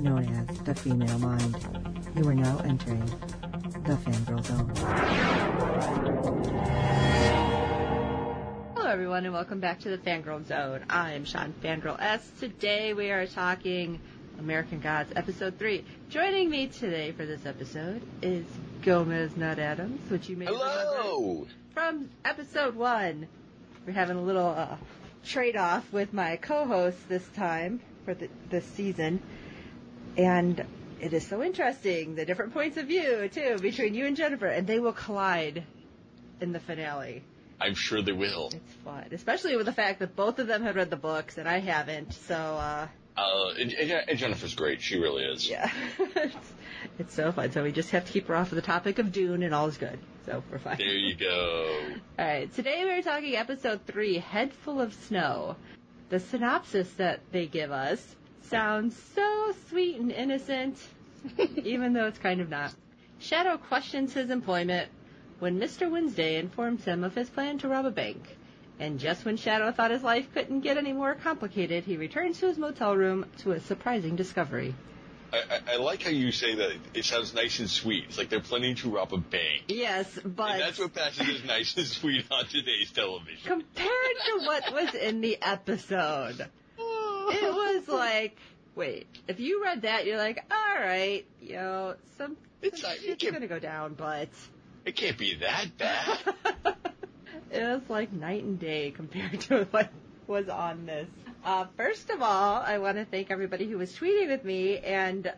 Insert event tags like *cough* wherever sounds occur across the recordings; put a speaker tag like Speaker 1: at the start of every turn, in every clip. Speaker 1: known as the female mind. You are now entering the fangirl zone.
Speaker 2: Hello, everyone, and welcome back to the Fangirl Zone. I am Sean Fangirl S. Today we are talking American Gods, Episode 3. Joining me today for this episode is Gomez Nut Adams, which you may remember
Speaker 3: Hello!
Speaker 2: from Episode 1. We're having a little uh, trade off with my co host this time for the, this season. And it is so interesting, the different points of view, too, between you and Jennifer, and they will collide in the finale.
Speaker 3: I'm sure they will.
Speaker 2: It's fun, especially with the fact that both of them had read the books and I haven't. So uh,
Speaker 3: Uh, and, and- and Jennifer's great. She really is.
Speaker 2: yeah, *laughs* it's, it's so fun. So we just have to keep her off of the topic of Dune, and all is good. So we're fine.
Speaker 3: There you go.
Speaker 2: All right, today we're talking episode three, Head Full of Snow. The synopsis that they give us sounds so sweet and *laughs* innocent, even though it's kind of not. Shadow questions his employment when Mr. Wednesday informs him of his plan to rob a bank. And just when Shadow thought his life couldn't get any more complicated, he returns to his motel room to a surprising discovery.
Speaker 3: I, I, I like how you say that. It sounds nice and sweet. It's like they're planning to rob a bank.
Speaker 2: Yes, but
Speaker 3: And that's what passes as nice and sweet on today's television.
Speaker 2: compared to what was in the episode, it was like, wait, if you read that, you're like, all right, you know, some
Speaker 3: It's
Speaker 2: some
Speaker 3: like- you
Speaker 2: shit's
Speaker 3: can-
Speaker 2: gonna go down, but *laughs*
Speaker 3: It can't be that bad.
Speaker 2: it was like night and day compared to *laughs* what was on this. Uh, first of all, I want to thank everybody who was tweeting with me, and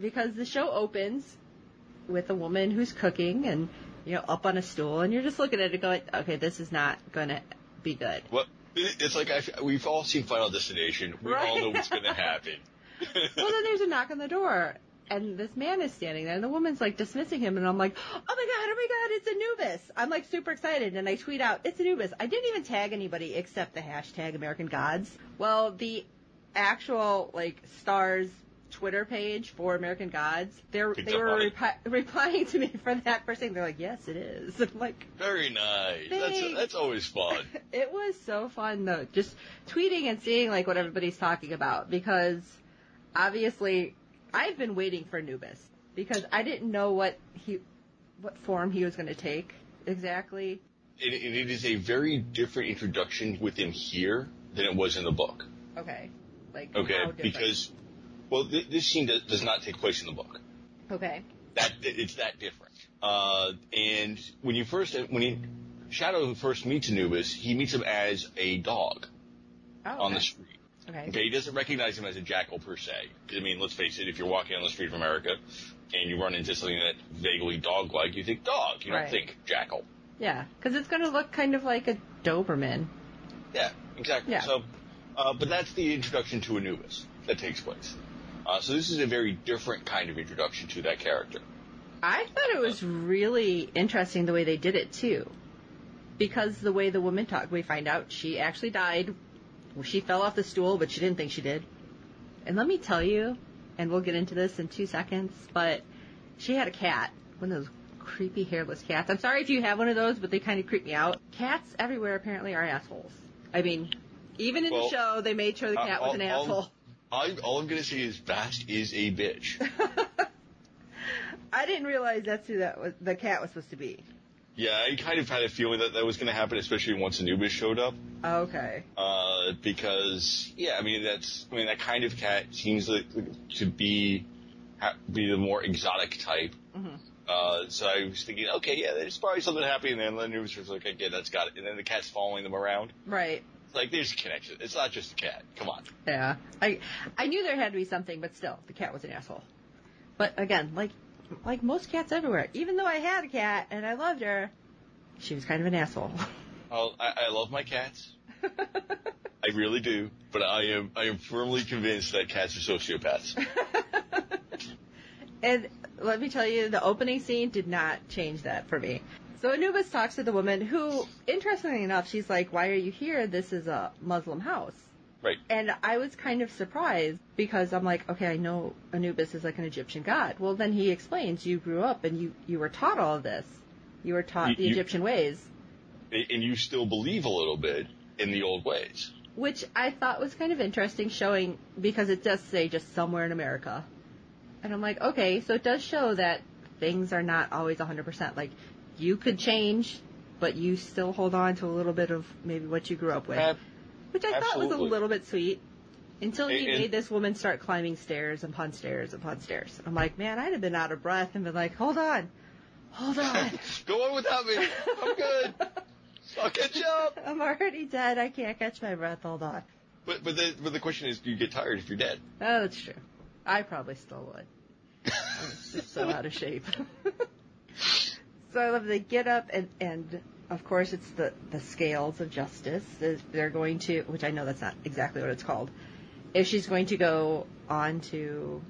Speaker 2: because the show opens with a woman who's cooking and you know up on a stool, and you're just looking at it going, okay, this is not gonna be good.
Speaker 3: Well, it- it's like i we've all seen Final Destination. We all
Speaker 2: Right.
Speaker 3: know what's going to happen.
Speaker 2: well, then there's a knock on the door, and this man is standing there, and the woman's like dismissing him, and I'm like, oh my god, oh my god, it's Anubis! I'm like super excited, and I tweet out, it's Anubis. I didn't even tag anybody except the hashtag American Gods. Well, the actual like stars Twitter page for American Gods, they're,
Speaker 3: Picked
Speaker 2: they
Speaker 3: up
Speaker 2: were
Speaker 3: on it.
Speaker 2: repi- *laughs* replying to me for that first thing. They're like, yes, it is. *laughs* I'm like,
Speaker 3: Very nice. That's,
Speaker 2: Thanks.
Speaker 3: that's always fun.
Speaker 2: it was so fun though, just tweeting and seeing like what everybody's talking about because obviously I've been waiting for Anubis because I didn't know what he, what form he was going to take exactly.
Speaker 3: It, it it is a very different introduction within here than it was in the book.
Speaker 2: Okay, like
Speaker 3: Okay,
Speaker 2: how different.
Speaker 3: because well, th- this scene does, does not take place in the book.
Speaker 2: okay,
Speaker 3: That it's that different. Uh, and when you first when he Shadow first meets Anubis, he meets him as a dog
Speaker 2: oh,
Speaker 3: on the
Speaker 2: okay.
Speaker 3: street.
Speaker 2: okay,
Speaker 3: Okay, he doesn't recognize him as a jackal per se. 'Cause, I mean, let's face it, if you're walking on the street of America and you run into something that vaguely dog-like, you think dog, you
Speaker 2: Right.
Speaker 3: don't think jackal.
Speaker 2: yeah, because it's going to look kind of like a Doberman.
Speaker 3: Yeah, exactly.
Speaker 2: Yeah.
Speaker 3: So, uh, but that's the introduction to Anubis that takes place. Uh, so this is a very different kind of introduction to that character.
Speaker 2: I thought it was really interesting the way they did it too, because the way the woman talked, we find out she actually died. She fell off the stool, but she didn't think she did. And let me tell you, and we'll get into this in two seconds, but she had a cat, one of those creepy hairless cats. I'm sorry if you have one of those, but they kind of creep me out. Cats everywhere apparently are assholes. I mean, even in the
Speaker 3: Well,
Speaker 2: show, they made sure the
Speaker 3: Uh,
Speaker 2: cat was an
Speaker 3: all-
Speaker 2: asshole.
Speaker 3: All, I, all I'm going to say is Bast is a bitch.
Speaker 2: *laughs* I didn't realize that's who that was, the cat was supposed to be.
Speaker 3: yeah, I kind of had a feeling that that was going to happen, especially once Anubis showed up.
Speaker 2: Okay.
Speaker 3: Uh, because yeah, I mean that's I mean that kind of cat seems like, to be ha- be the more exotic type.
Speaker 2: Mhm.
Speaker 3: Uh, so I was thinking, okay, yeah, there's probably something happening there. And then Anubis was like, okay, that's got it. And then the cat's following them around.
Speaker 2: Right.
Speaker 3: Like, there's a connection. It's not just a cat. Come on.
Speaker 2: Yeah, I I knew there had to be something, but still, the cat was an asshole. But again, like like most cats everywhere, even though I had a cat and I loved her, she was kind of an asshole. *laughs*
Speaker 3: I'll, I, I love my cats. I really do. But I am I am firmly convinced that cats are sociopaths.
Speaker 2: And let me tell you, the opening scene did not change that for me. So Anubis talks to the woman who, interestingly enough, she's like, Why are you here? This is a Muslim house.
Speaker 3: Right.
Speaker 2: And I was kind of surprised because I'm like, okay, I know Anubis is like an Egyptian god. Well, then he explains you grew up and you, you were taught all of this. You were taught
Speaker 3: You-
Speaker 2: the
Speaker 3: you-
Speaker 2: Egyptian ways,
Speaker 3: A- And you still believe a little bit in the old ways.
Speaker 2: which I thought was kind of interesting showing because it does say just somewhere in America. And I'm like, okay, so it does show that things are not always 100%. Like, you could change, but you still hold on to a little bit of maybe what you grew up with.
Speaker 3: Uh,
Speaker 2: Which I thought was
Speaker 3: Absolutely.
Speaker 2: a little bit sweet. Until he
Speaker 3: And- and-
Speaker 2: made this woman start climbing stairs upon stairs upon stairs. I'm like, man, I'd have been out of breath and been like, hold on, hold
Speaker 3: *laughs*
Speaker 2: on.
Speaker 3: Go on without me. I'm good. I'll catch up.
Speaker 2: I'm already dead. I can't catch my breath. Hold on.
Speaker 3: But but the but the question is, do you get tired if you're dead?
Speaker 2: Oh, that's true. I probably still would. I'm just so out of shape. *laughs* so I love they get up and and of course it's the the scales of justice. They're- They're going to, which I know that's not exactly what it's called. If she's going to go on to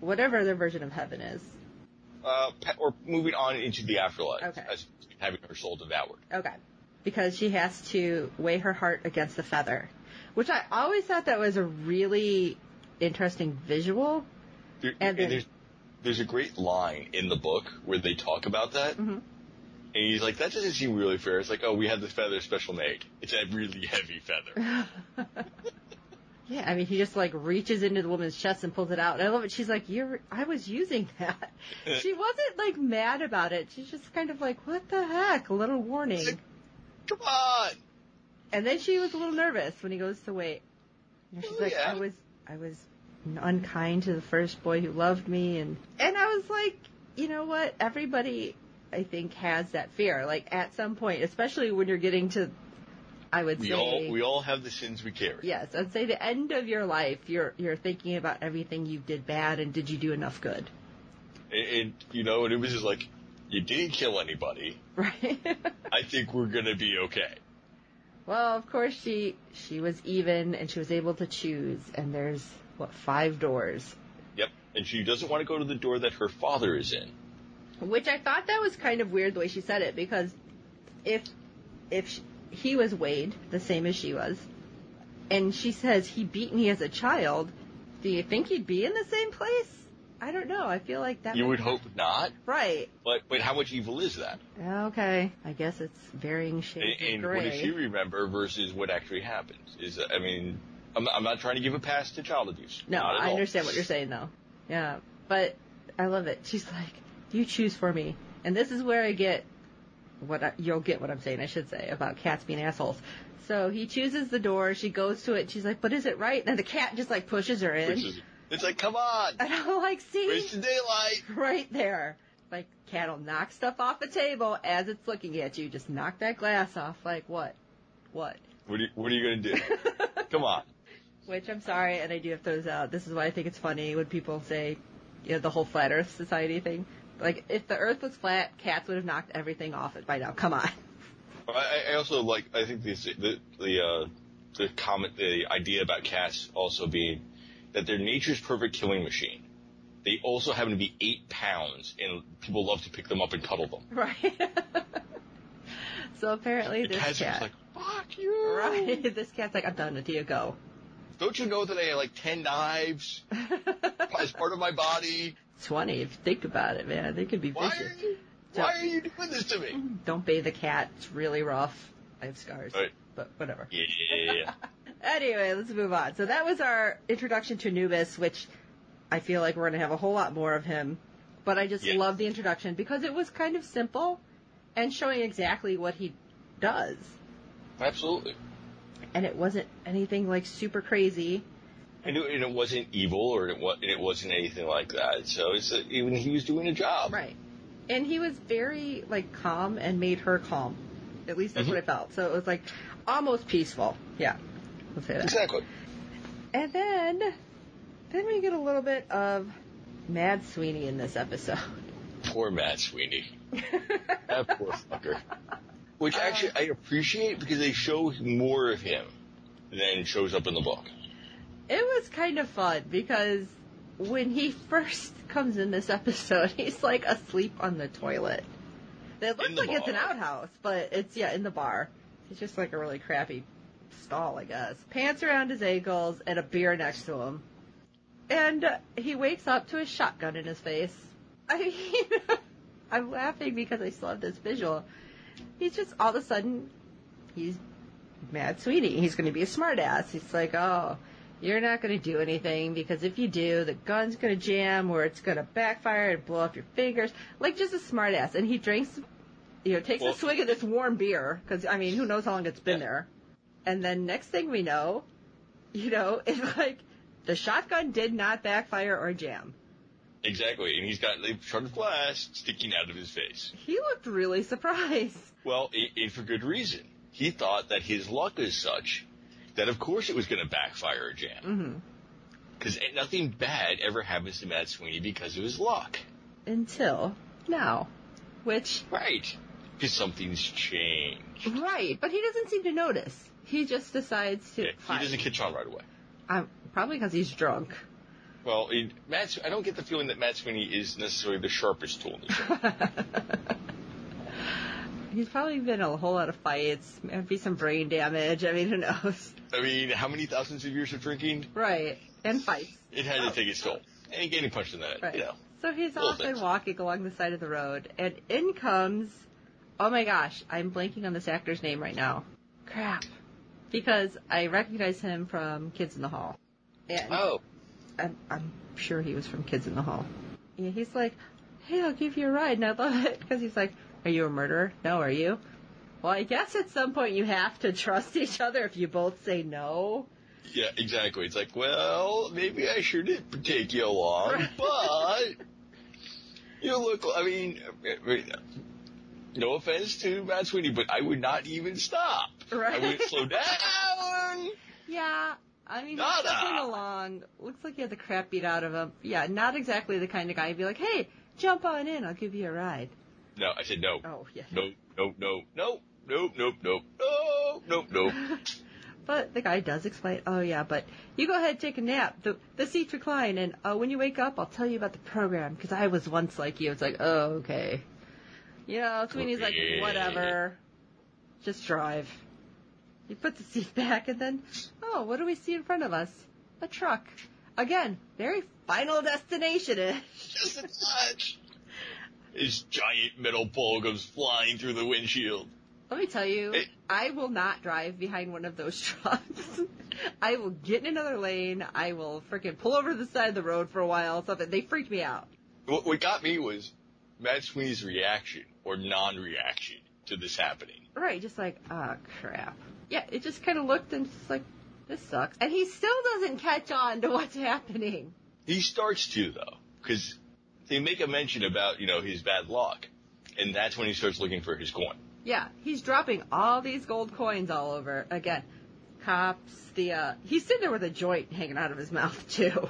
Speaker 2: whatever their version of heaven is.
Speaker 3: Uh, pa- or moving on into the afterlife
Speaker 2: Okay.
Speaker 3: as having her soul devoured.
Speaker 2: Okay. Because she has to weigh her heart against a feather, which I always thought that was a really interesting visual.
Speaker 3: There,
Speaker 2: And then-
Speaker 3: there's there's a great line in the book where they talk about that,
Speaker 2: Mhm.
Speaker 3: and he's like, "That doesn't seem really fair." It's like, "Oh, we had this feather special made. It's a really heavy feather."
Speaker 2: *laughs* Yeah, I mean, he just like reaches into the woman's chest and pulls it out. And I love it. She's like, "You're, I was using that." she wasn't like mad about it. She's just kind of like, "What the heck?" A little warning.
Speaker 3: Come on,
Speaker 2: And then she was a little nervous when he goes to wait. And she's
Speaker 3: Oh,
Speaker 2: like,
Speaker 3: yeah.
Speaker 2: "I was, I was unkind to the first boy who loved me," and and I was like, you know what? Everybody, I think, has that fear. Like at some point, especially when you're getting to, I would
Speaker 3: we
Speaker 2: say,
Speaker 3: all we all have the sins we carry.
Speaker 2: Yes, I'd say the end of your life, you're you're thinking about everything you did bad and did you do enough good, *laughs*
Speaker 3: And, and you know, and it was just like, you didn't kill anybody.
Speaker 2: right?
Speaker 3: I think we're gonna be okay.
Speaker 2: well, of course she she was even and she was able to choose, and there's what five doors,
Speaker 3: Yep. And she doesn't want to go to the door that her father is in.
Speaker 2: which I thought that was kind of weird the way she said it because if if sh he was weighed the same as she was, and she says he beat me as a child, do you think he'd be in the same place? I don't know. I feel like that
Speaker 3: You
Speaker 2: might-
Speaker 3: would hope not.
Speaker 2: right.
Speaker 3: But but how much evil is that?
Speaker 2: Okay. I guess it's varying shades
Speaker 3: And,
Speaker 2: of
Speaker 3: and
Speaker 2: gray.
Speaker 3: what does she remember versus what actually happens? Is I mean, I'm, I'm not trying to give a pass to child abuse.
Speaker 2: no,
Speaker 3: Not at
Speaker 2: I
Speaker 3: all.
Speaker 2: understand what you're saying though. Yeah, but I love it. She's like, "You choose for me," and this is where I get what I, you'll get what I'm saying. I should say about cats being assholes. So he chooses the door. She goes to it. and She's like, "But is it right?" And then the cat just like pushes her in,
Speaker 3: Which is, it's like, come on,
Speaker 2: *laughs* and I'm like, "See,
Speaker 3: *laughs* waste the daylight.
Speaker 2: right there." Like cat'll knock stuff off a table as it's looking at you. Just knock that glass off. Like what? What?
Speaker 3: What are you, what are you gonna do?
Speaker 2: *laughs*
Speaker 3: come on.
Speaker 2: Which I'm sorry, and I do have to throw this out. This is why I think it's funny when people say, you know, the whole flat Earth society thing. Like, if the Earth was flat, cats would have knocked everything off it by now. Come on. *laughs*
Speaker 3: I- I, I also like. I think the the the, uh, the comment, the idea about cats also being that they're nature's perfect killing machine. They also happen to be eight pounds, and people love to pick them up and cuddle them.
Speaker 2: Right. so apparently
Speaker 3: And
Speaker 2: this
Speaker 3: Patrick's
Speaker 2: cat.
Speaker 3: like, "Fuck you!"
Speaker 2: right. *laughs* This cat's like, I'm done with you. Go.
Speaker 3: Don't you know that I have like ten knives as part of my body?
Speaker 2: 20, if you think about it, man. They could be
Speaker 3: Why
Speaker 2: vicious.
Speaker 3: are you? Why are you doing this to me?
Speaker 2: Don't bathe the cat. It's really rough. I have scars.
Speaker 3: Right.
Speaker 2: But whatever.
Speaker 3: Yeah.
Speaker 2: Anyway, let's move on. So that was our introduction to Anubis, which I feel like we're going to have a whole lot more of him. But I just
Speaker 3: Yes.
Speaker 2: love the introduction because it was kind of simple and showing exactly what he does.
Speaker 3: Absolutely.
Speaker 2: And it wasn't anything like super crazy.
Speaker 3: And it, and it wasn't evil, or it, wa- and it wasn't anything like that. So it's uh, even he was doing a job.
Speaker 2: Right. And he was very like calm and made her calm. At least that's what I felt. So it was like almost peaceful. Yeah. Let's say that.
Speaker 3: Exactly.
Speaker 2: And then, then we get a little bit of Mad Sweeney in this episode.
Speaker 3: Poor Matt Sweeney. that poor fucker. Which actually I appreciate because they show more of him than shows up in the book.
Speaker 2: It was kind of fun because when he *laughs* first comes in this episode, *laughs* he's like asleep on the toilet. That looks
Speaker 3: In the
Speaker 2: like it's an
Speaker 3: bar.
Speaker 2: outhouse, but it's yeah in the bar. It's just like a really crappy stall, I guess. Pants around his ankles and a beer next to him, and uh, he wakes up to a shotgun in his face. *laughs* I mean, I'm laughing because I still have this visual. He's just all of a sudden, he's Mad Sweeney. He's going to be a smartass. He's like, oh, you're not going to do anything because if you do, the gun's going to jam or it's going to backfire and blow up your fingers. Like just a smartass. And he drinks, you know, takes
Speaker 3: Well-
Speaker 2: a swig of this warm beer because I mean, who knows how long it's been
Speaker 3: Yeah.
Speaker 2: there. And then next thing we know, you know, *laughs* it's like the shotgun did not backfire or jam.
Speaker 3: Exactly, and he's got a shard of glass sticking out of his face.
Speaker 2: He looked really surprised.
Speaker 3: Well, i and for good reason. He thought that his luck is such that of course it was going to backfire or jam.
Speaker 2: hmm
Speaker 3: Because nothing bad ever happens to Matt Sweeney because of his luck.
Speaker 2: Until now. Which
Speaker 3: Right. Because something's changed.
Speaker 2: Right, but he doesn't seem to notice. He just decides to.
Speaker 3: Yeah, he doesn't catch on right away.
Speaker 2: I'm, probably because he's drunk.
Speaker 3: Well, it, Matt, Swe- I don't get the feeling that Matt Sweeney is necessarily the sharpest tool in the shed.
Speaker 2: He's probably been in a whole lot of fights. Might be some brain damage. I mean, who knows? *laughs*
Speaker 3: I mean, how many thousands of years of drinking?
Speaker 2: Right, and fights.
Speaker 3: It had to take its toll. And getting punched in the head,
Speaker 2: Right.
Speaker 3: you know.
Speaker 2: So he's
Speaker 3: Little
Speaker 2: off and
Speaker 3: bit.
Speaker 2: walking along the side of the road, and in comes. Oh my gosh, I'm blanking on this actor's name right now. Crap. Because I recognize him from Kids in the Hall. And
Speaker 3: Oh,
Speaker 2: I'm, I'm sure he was from Kids in the Hall. Yeah, he's like, hey, I'll give you a ride, and I love it because he's like, are you a murderer? No, are you? Well, I guess at some point you have to trust *laughs* each other if you both say no.
Speaker 3: yeah, exactly. It's like, well, maybe I sure did take you along, but you look. I mean, I mean, no offense to Matt Sweeney, but I would not even stop. I
Speaker 2: Right.
Speaker 3: would slow down.
Speaker 2: Yeah, I mean, he's
Speaker 3: Nada.
Speaker 2: looking along. Looks like he had the crap beat out of him. Yeah, not exactly the kind of guy who'd be like, hey, jump on in, I'll give you a ride.
Speaker 3: No, I said no,
Speaker 2: Oh, yeah.
Speaker 3: no, no, no, no, no, no, no, no, no, no.
Speaker 2: But the guy does explain, oh yeah, but you go ahead and take a nap. The, the seats recline, and uh, when you wake up, I'll tell you about the program, because I was once like you. It's like, oh, okay. You know, Sweeney's like,
Speaker 3: Okay.
Speaker 2: whatever. Just drive. You put the seat *laughs* back, and then, oh, what do we see in front of us? A truck. Again, very final destination
Speaker 3: Just a touch. His giant metal pole goes flying through the windshield.
Speaker 2: Let me tell you,
Speaker 3: Hey.
Speaker 2: I will not drive behind one of those *laughs* trucks. I will get in another lane. I will freaking pull over to the side of the road for a while. Something they freaked me out.
Speaker 3: What, what got me was Matt Sweeney's reaction or non-reaction to this happening.
Speaker 2: Right, just like oh crap. Yeah, it just kind of looked and just like this sucks. And he still doesn't catch on to what's happening.
Speaker 3: He starts to though, because they make a mention about you know his bad luck, and that's when he starts looking for his coin.
Speaker 2: Yeah, he's dropping all these gold coins all over again. Cops, the uh, he's sitting there with a joint hanging out of his mouth *laughs* too,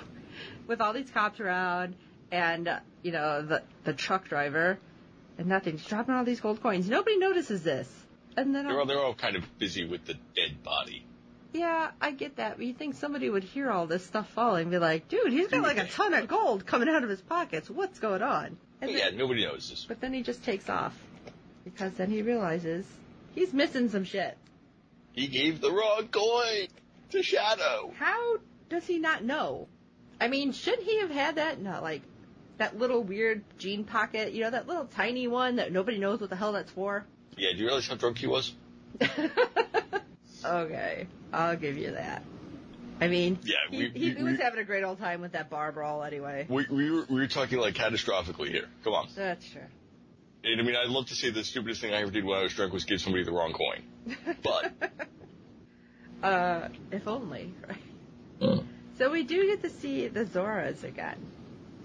Speaker 2: with all these cops around, and uh, you know the the truck driver, and nothing. He's dropping all these gold coins. Nobody notices this, and then
Speaker 3: They're all
Speaker 2: I'll-
Speaker 3: they're all kind of busy with the dead body.
Speaker 2: yeah, I get that. But you think somebody would hear all this stuff falling and be like, dude, he's got
Speaker 3: *laughs*
Speaker 2: like a ton of gold coming out of his pockets. What's going on?
Speaker 3: But
Speaker 2: And
Speaker 3: yeah,
Speaker 2: then-
Speaker 3: nobody notices.
Speaker 2: but then he just takes off because then he realizes he's missing some shit.
Speaker 3: He gave the wrong coin to Shadow.
Speaker 2: How does he not know? I mean, should he have had that? Not like that little weird jean pocket, you know, that little tiny one that nobody knows what the hell that's for.
Speaker 3: Yeah, do you realize how drunk he was?
Speaker 2: okay, I'll give you that. I mean,
Speaker 3: Yeah,
Speaker 2: he,
Speaker 3: we-
Speaker 2: he
Speaker 3: we-
Speaker 2: was
Speaker 3: we-
Speaker 2: having a great old time with that bar brawl anyway.
Speaker 3: We, we, were, we were talking like catastrophically here. Come on.
Speaker 2: That's true.
Speaker 3: And I mean, I'd love to say the stupidest thing I ever did when I was drunk was give somebody the wrong coin. But
Speaker 2: Uh, if only. Right? So we do get to see the Zoras again.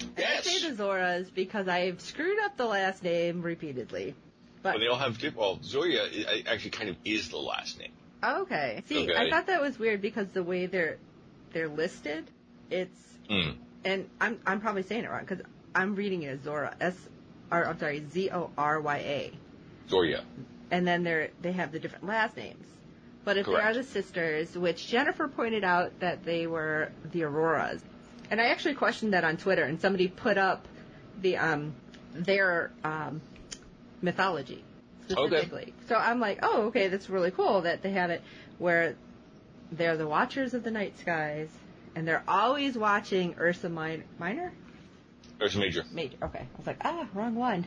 Speaker 2: And I
Speaker 3: yes,
Speaker 2: say the Zoras because I've screwed up the last name repeatedly. But
Speaker 3: Well, they all have. diff- Well, Zoya i- actually kind of is the last name.
Speaker 2: Okay. See, I
Speaker 3: Okay.
Speaker 2: thought that was weird because the way they're they're listed, it's
Speaker 3: Mm.
Speaker 2: and I'm I'm probably saying it wrong because I'm reading it as Zora S or I'm sorry Z O R Y A,
Speaker 3: Zoya.
Speaker 2: and then they're they have the different last names. But if they are
Speaker 3: Correct.
Speaker 2: the sisters, which Jennifer pointed out that they were the Auroras, And I actually questioned that on Twitter, and somebody put up the um, their um, mythology specifically. So I'm like, oh, okay, that's really cool that they have it where they're the watchers of the night skies, and they're always watching Ursa Min- Minor
Speaker 3: Ursa Major.
Speaker 2: Major. Okay, I was like, ah, wrong one.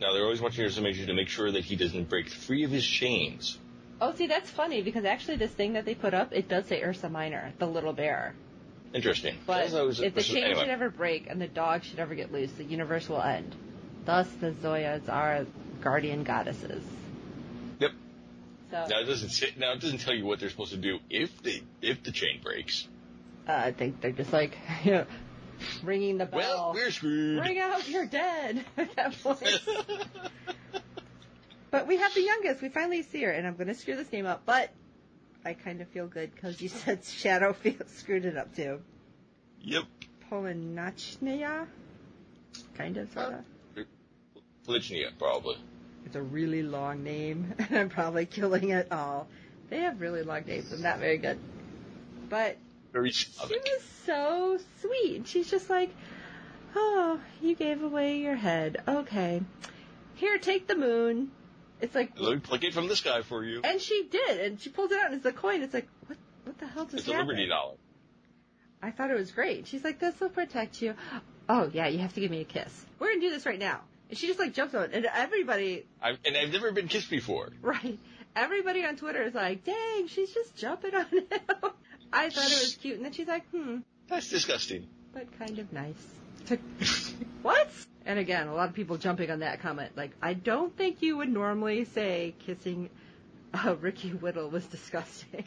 Speaker 3: Now they're always watching Ursa Major to make sure that he doesn't break free of his chains.
Speaker 2: Oh, see, that's funny because actually, this thing that they put up, it does say Ursa Minor, the little bear.
Speaker 3: Interesting.
Speaker 2: But
Speaker 3: Also, it was-
Speaker 2: if the
Speaker 3: this was-
Speaker 2: chain
Speaker 3: anyway.
Speaker 2: should ever break and the dog should ever get loose, the universe will end. Thus, the Zoyas are guardian goddesses.
Speaker 3: Yep.
Speaker 2: So
Speaker 3: Now it doesn't sit, now it doesn't tell you what they're supposed to do if they if the chain breaks.
Speaker 2: uh, I think they're just like, *laughs* you know, ringing the
Speaker 3: Well,
Speaker 2: bell.
Speaker 3: we're screwed.
Speaker 2: Ring out, you're dead *laughs* at that
Speaker 3: *laughs*
Speaker 2: point. But we have the youngest. We finally see her, and I'm going to screw this name up, but I kind of feel good because you said *laughs* Shadowfield screwed it up too.
Speaker 3: yep.
Speaker 2: Polinachnaya? Kind of, sort of.
Speaker 3: Lichnia, probably.
Speaker 2: It's a really long name, *laughs* and I'm probably killing it all. They have really long names. I'm not very good. But
Speaker 3: Very
Speaker 2: she was so sweet. and She's just like, oh, you gave away your head. Okay. Here, take the moon. It's like,
Speaker 3: Let me pluck it from the sky for you.
Speaker 2: and she did, and she pulls it out, and it's a coin. It's like, what, what the hell just
Speaker 3: It's a Liberty
Speaker 2: happened?
Speaker 3: dollar.
Speaker 2: I thought it was great. She's like, this will protect you. Oh, yeah, you have to give me a kiss. We're going to do this right now. And she just like jumps on it, and everybody *laughs*
Speaker 3: I've, and I've never been kissed before.
Speaker 2: Right. Everybody on Twitter is like, dang, she's just jumping on him. *laughs* I thought it was cute. And then she's like, hmm, *laughs*
Speaker 3: That's disgusting. *laughs*
Speaker 2: but kind of nice. Took- *laughs* what? And again, a lot of people jumping on that comment. Like, I don't think you would normally say kissing uh, Ricky Whittle was *laughs* disgusting.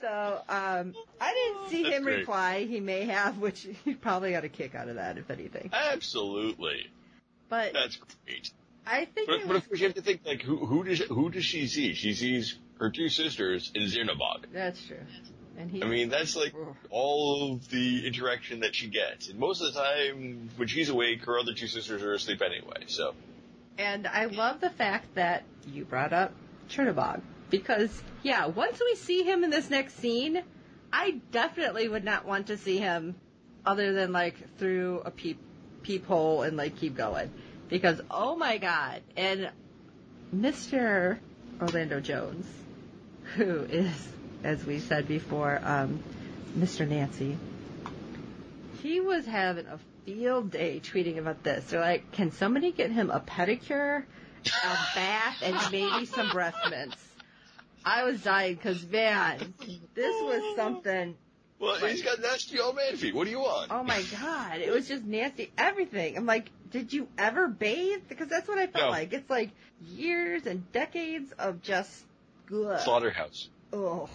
Speaker 2: so um, I didn't see
Speaker 3: That's
Speaker 2: him
Speaker 3: great.
Speaker 2: reply. He may have, which *laughs* he probably got a kick out of that, if anything.
Speaker 3: Absolutely.
Speaker 2: But
Speaker 3: That's great.
Speaker 2: I think
Speaker 3: But,
Speaker 2: it
Speaker 3: but
Speaker 2: was
Speaker 3: of course you have to think like who who does who does she see? She sees her two sisters in Xenobog.
Speaker 2: that's true. And he
Speaker 3: I mean that's like
Speaker 2: Ugh.
Speaker 3: all of the interaction that she gets. And most of the time when she's awake, her other two sisters are asleep anyway. So
Speaker 2: And I love the fact that you brought up Chernobog because, yeah, once we see him in this next scene, I definitely would not want to see him other than like through a peep peephole and like keep going because oh my god and Mr. Orlando Jones, who is as we said before, um, Mr. Nancy. He was having a field day tweeting about this. They're like, can somebody get him a pedicure, a bath, and maybe some breath mints? I was dying because, man, this was something.
Speaker 3: Well he's got nasty old man feet. What do you want?
Speaker 2: Oh
Speaker 3: *laughs*
Speaker 2: my God. It was just nasty. Everything. I'm like, did you ever bathe? Because that's what I felt
Speaker 3: No.
Speaker 2: like. It's like years and decades of just good.
Speaker 3: Slaughterhouse.
Speaker 2: Oh,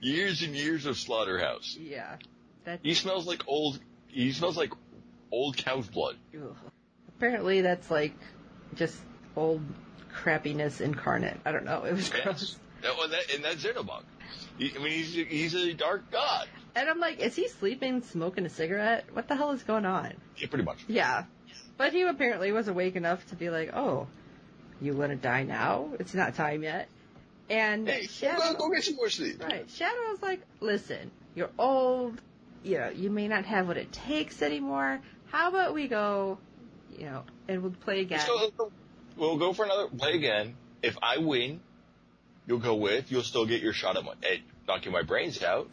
Speaker 3: Years and years of slaughterhouse.
Speaker 2: yeah. That
Speaker 3: He smells like old he smells like old cow's blood.
Speaker 2: Ugh. Apparently, that's like just old crappiness incarnate. I don't know. It was gross.
Speaker 3: *laughs* Yes. That, well, that, and that's Xenobog. He, I mean, he's, he's a dark god.
Speaker 2: And I'm like, is he sleeping, smoking a cigarette? What the hell is going on?
Speaker 3: Yeah, pretty much.
Speaker 2: Yeah. But he apparently was awake enough to be like, oh, you want to die now? It's not time yet. And
Speaker 3: Hey,
Speaker 2: Shadow,
Speaker 3: go, go get some more sleep.
Speaker 2: right, Shadow's like, listen, you're old. You know, you may not have what it takes anymore. How about we go, you know, and we'll play again.
Speaker 3: Let's go- we'll go for another play again. If I win, you'll go with. You'll still get your shot at, my, at knocking my brains out.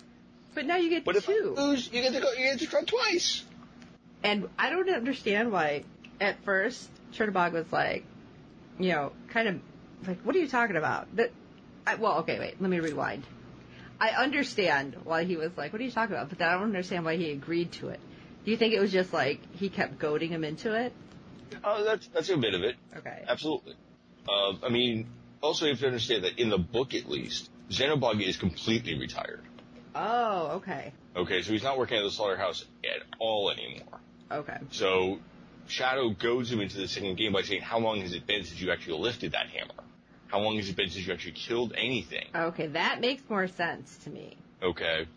Speaker 2: But now you get
Speaker 3: But if
Speaker 2: two.
Speaker 3: I lose, you get to go. You get to try twice.
Speaker 2: And I don't understand why at first Chernobog was like, you know, kind of like, what are you talking about? That, I, well, okay, wait, let me rewind. I understand why he was like, what are you talking about? But then I don't understand why he agreed to it. Do you think it was just like he kept goading him into it?
Speaker 3: Oh, that's that's a bit of it.
Speaker 2: Okay.
Speaker 3: Absolutely. Uh, I mean, also you have to understand that in the book, at least, Xenobog is completely retired.
Speaker 2: Oh, okay.
Speaker 3: Okay, so he's not working at the slaughterhouse at all anymore.
Speaker 2: Okay.
Speaker 3: So Shadow goads him into the second game by saying, how long has it been since you actually lifted that hammer? How long has it been since you actually killed anything?
Speaker 2: Okay, that makes more sense to me.
Speaker 3: Okay.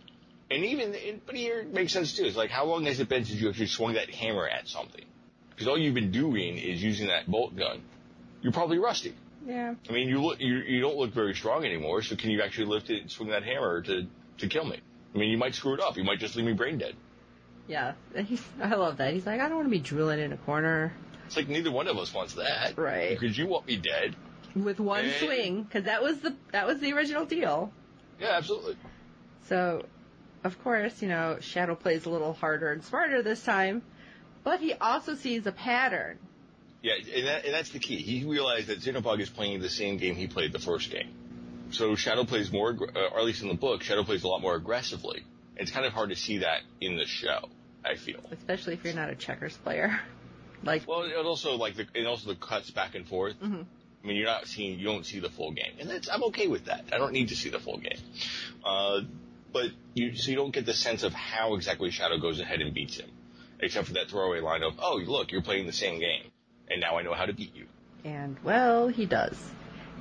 Speaker 3: And even, and- but here it makes sense too. It's like, how long has it been since you actually swung that hammer at something? Because all you've been doing is using that bolt gun. You're probably rusty.
Speaker 2: Yeah.
Speaker 3: I mean, you look, you, you don't look very strong anymore, so can you actually lift it and swing that hammer to, to kill me? I mean, you might screw it up. You might just leave me brain dead.
Speaker 2: Yeah, *laughs* he's, I love that. He's like, I don't want to be drooling in a corner
Speaker 3: It's like neither one of us wants that.
Speaker 2: Right.
Speaker 3: Because you want me dead.
Speaker 2: with one
Speaker 3: Eh.
Speaker 2: swing because that was the that was the original deal.
Speaker 3: Yeah, absolutely.
Speaker 2: So, of course, you know, Shadow plays a little harder and smarter this time, but he also sees a pattern.
Speaker 3: Yeah, and, that, and that's the key. He realized that Xenobog is playing the same game he played the first game. So Shadow plays more, aggr- uh, or at least in the book, Shadow plays a lot more aggressively. It's kind of hard to see that in the show, I feel.
Speaker 2: especially if you're not a checkers player. *laughs* Like,
Speaker 3: Well, and also like the and also the cuts back and forth. I mean, you're not seeing you don't see the full game, and that's I'm okay with that. I don't need to see the full game, uh, but you so you don't get the sense of how exactly Shadow goes ahead and beats him, except for that throwaway line of "Oh, look, you're playing the same game, and now I know how to beat you."
Speaker 2: and well, he does.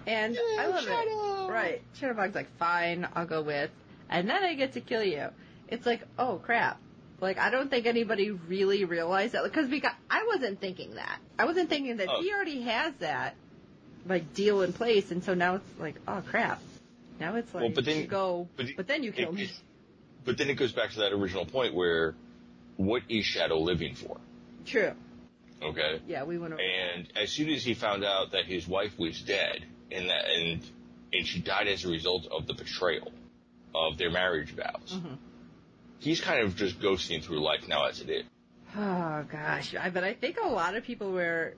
Speaker 2: And
Speaker 3: Yay,
Speaker 2: I love
Speaker 3: Shadow!
Speaker 2: it. Right. Shadowbog's like, fine, I'll go with. And then I get to kill you. It's like, oh crap. Like, I don't think anybody really realized that. Because because I wasn't thinking that. I wasn't thinking that
Speaker 3: Oh.
Speaker 2: he already has that, like, deal in place. And so now it's like, oh crap. Now it's like,
Speaker 3: Well, but then-
Speaker 2: you go, but,
Speaker 3: but it-
Speaker 2: then you
Speaker 3: it-
Speaker 2: kill me.
Speaker 3: it- But then it goes back to that original point where, what is Shadow living for?
Speaker 2: True.
Speaker 3: Okay,
Speaker 2: Yeah, we went over.
Speaker 3: and as soon as he found out that his wife was dead and that and and she died as a result of the betrayal of their marriage vows
Speaker 2: Mm-hmm.
Speaker 3: he's kind of just ghosting through life now as it is
Speaker 2: Oh gosh, I, but I think a lot of people were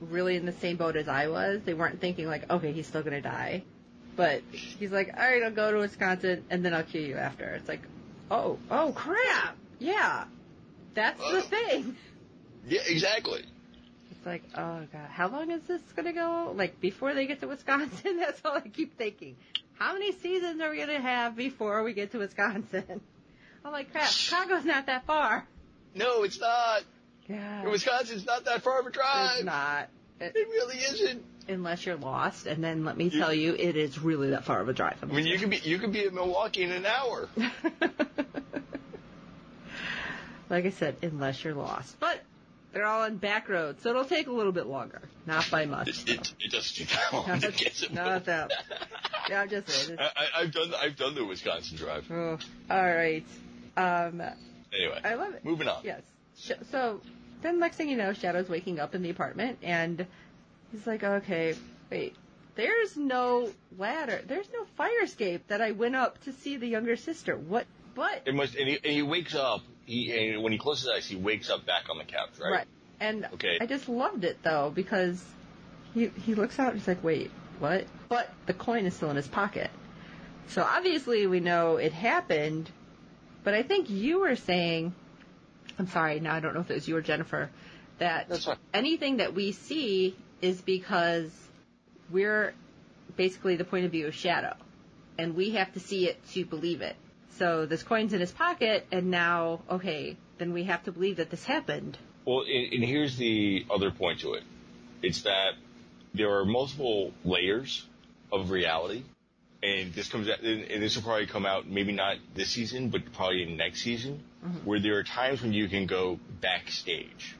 Speaker 2: really in the same boat as I was. They weren't thinking like, okay, he's still gonna die, but he's like, all right, I'll go to Wisconsin and then I'll kill you after. It's like, oh, oh crap, yeah, that's the thing.
Speaker 3: yeah exactly
Speaker 2: It's like, oh god, how long is this gonna go? Like before they get to Wisconsin, *laughs* that's all I keep thinking. How many seasons are we gonna have before we get to Wisconsin? *laughs* I'm like, crap, Chicago's not that far.
Speaker 3: no it's not
Speaker 2: God,
Speaker 3: wisconsin's not that far of a drive
Speaker 2: it's not. It-
Speaker 3: it really isn't
Speaker 2: unless you're lost. And then let me tell you, it is really that far of a drive.
Speaker 3: i mean you could be you could be in milwaukee in an hour
Speaker 2: *laughs* like I said, unless you're lost. But they're all on back roads, so it'll take a little bit longer. Not by much.
Speaker 3: it, it, it doesn't take that long *laughs* to get to-
Speaker 2: no, it's
Speaker 3: *laughs*
Speaker 2: out. Yeah, I'm just saying.
Speaker 3: I, I, I've done I've done the Wisconsin drive.
Speaker 2: Oh, all right. Um,
Speaker 3: Anyway,
Speaker 2: I love it.
Speaker 3: moving on.
Speaker 2: Yes. Sh- So then, next thing you know, Shadow's waking up in the apartment, and he's like, "Okay, wait. There's no ladder. There's no fire escape that I went up to see the younger sister. What? But
Speaker 3: It must, and he, and he wakes up. He and when he closes his eyes, he wakes up back on the couch, right?
Speaker 2: And
Speaker 3: Okay.
Speaker 2: I just loved it though because he he looks out and he's like, "Wait, what? But the coin is still in his pocket. So obviously we know it happened. But I think you were saying, I'm sorry, now I don't know if it was you or Jennifer, that
Speaker 3: That's fine.
Speaker 2: anything that we see is because we're basically the point of view of Shadow, and we have to see it to believe it. So this coin's in his pocket, and now, okay, then we have to believe that this happened.
Speaker 3: Well, and, and here's the other point to it. It's that there are multiple layers of reality, and this comes out, and, and this will probably come out maybe not this season, but probably in next season, where there are times when you can go backstage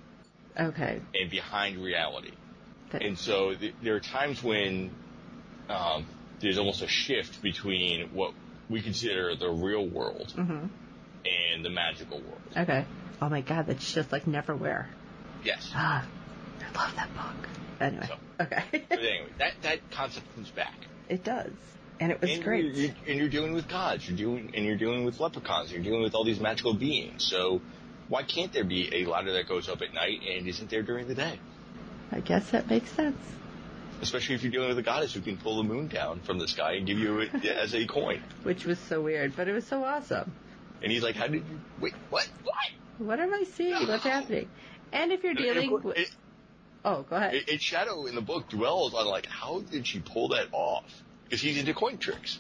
Speaker 2: Okay.
Speaker 3: and behind reality.
Speaker 2: That-
Speaker 3: And so th- there are times when um, there's almost a shift between what we consider the real world
Speaker 2: Mm-hmm.
Speaker 3: and the magical world.
Speaker 2: okay. Oh my god, that's just like Neverwhere. *gasps*
Speaker 3: Yes.
Speaker 2: Ah, I love that book. Anyway.
Speaker 3: So- But
Speaker 2: Okay. *laughs*
Speaker 3: anyway, that, that concept comes back.
Speaker 2: it does. And it was
Speaker 3: and
Speaker 2: great.
Speaker 3: You're, you're, and you're dealing with gods. You're doing and you're dealing with leprechauns. You're dealing with all these magical beings. So why can't there be a ladder that goes up at night and isn't there during the day?
Speaker 2: I guess that makes sense.
Speaker 3: Especially if you're dealing with a goddess who can pull the moon down from the sky and give you it as a coin.
Speaker 2: Which was so weird, but it was so awesome.
Speaker 3: And he's like, "How did you? Wait, what? What?"
Speaker 2: What am I seeing? What's happening? And if you're
Speaker 3: And of
Speaker 2: dealing
Speaker 3: course,
Speaker 2: with.
Speaker 3: it,
Speaker 2: Oh, go ahead.
Speaker 3: it, it- Shadow in the book dwells on like, how did she pull that off? Because he's into coin tricks.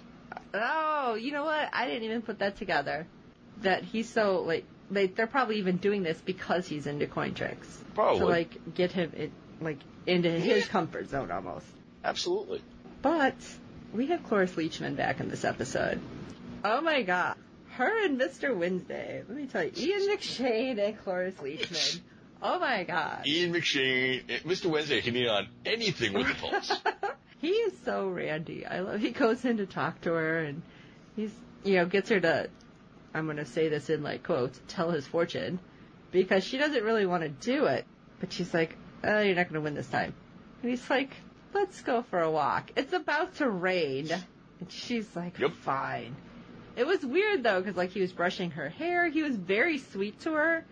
Speaker 2: Oh, you know what? I didn't even put that together. That he's so like they they're probably even doing this because he's into coin tricks.
Speaker 3: Probably.
Speaker 2: To like get him in, like into his comfort zone almost.
Speaker 3: Absolutely.
Speaker 2: But we have Cloris Leachman back in this episode. Oh my god. Her and Mr. Wednesday. Let me tell you, Ian McShane and Cloris Leachman. Oh my god.
Speaker 3: Ian McShane, eh, Mr. Wednesday can be on anything with
Speaker 2: *laughs*
Speaker 3: a pulse.
Speaker 2: he is so randy. I love. He goes in to talk to her, and he's you know gets her to I'm going to say this in like quotes, tell his fortune because she doesn't really want to do it. But she's like, oh, you're not going to win this time. And he's like, let's go for a walk. It's about to rain. And she's like,
Speaker 3: Yep.
Speaker 2: fine. It was weird though, because like he was brushing her hair. He was very sweet to her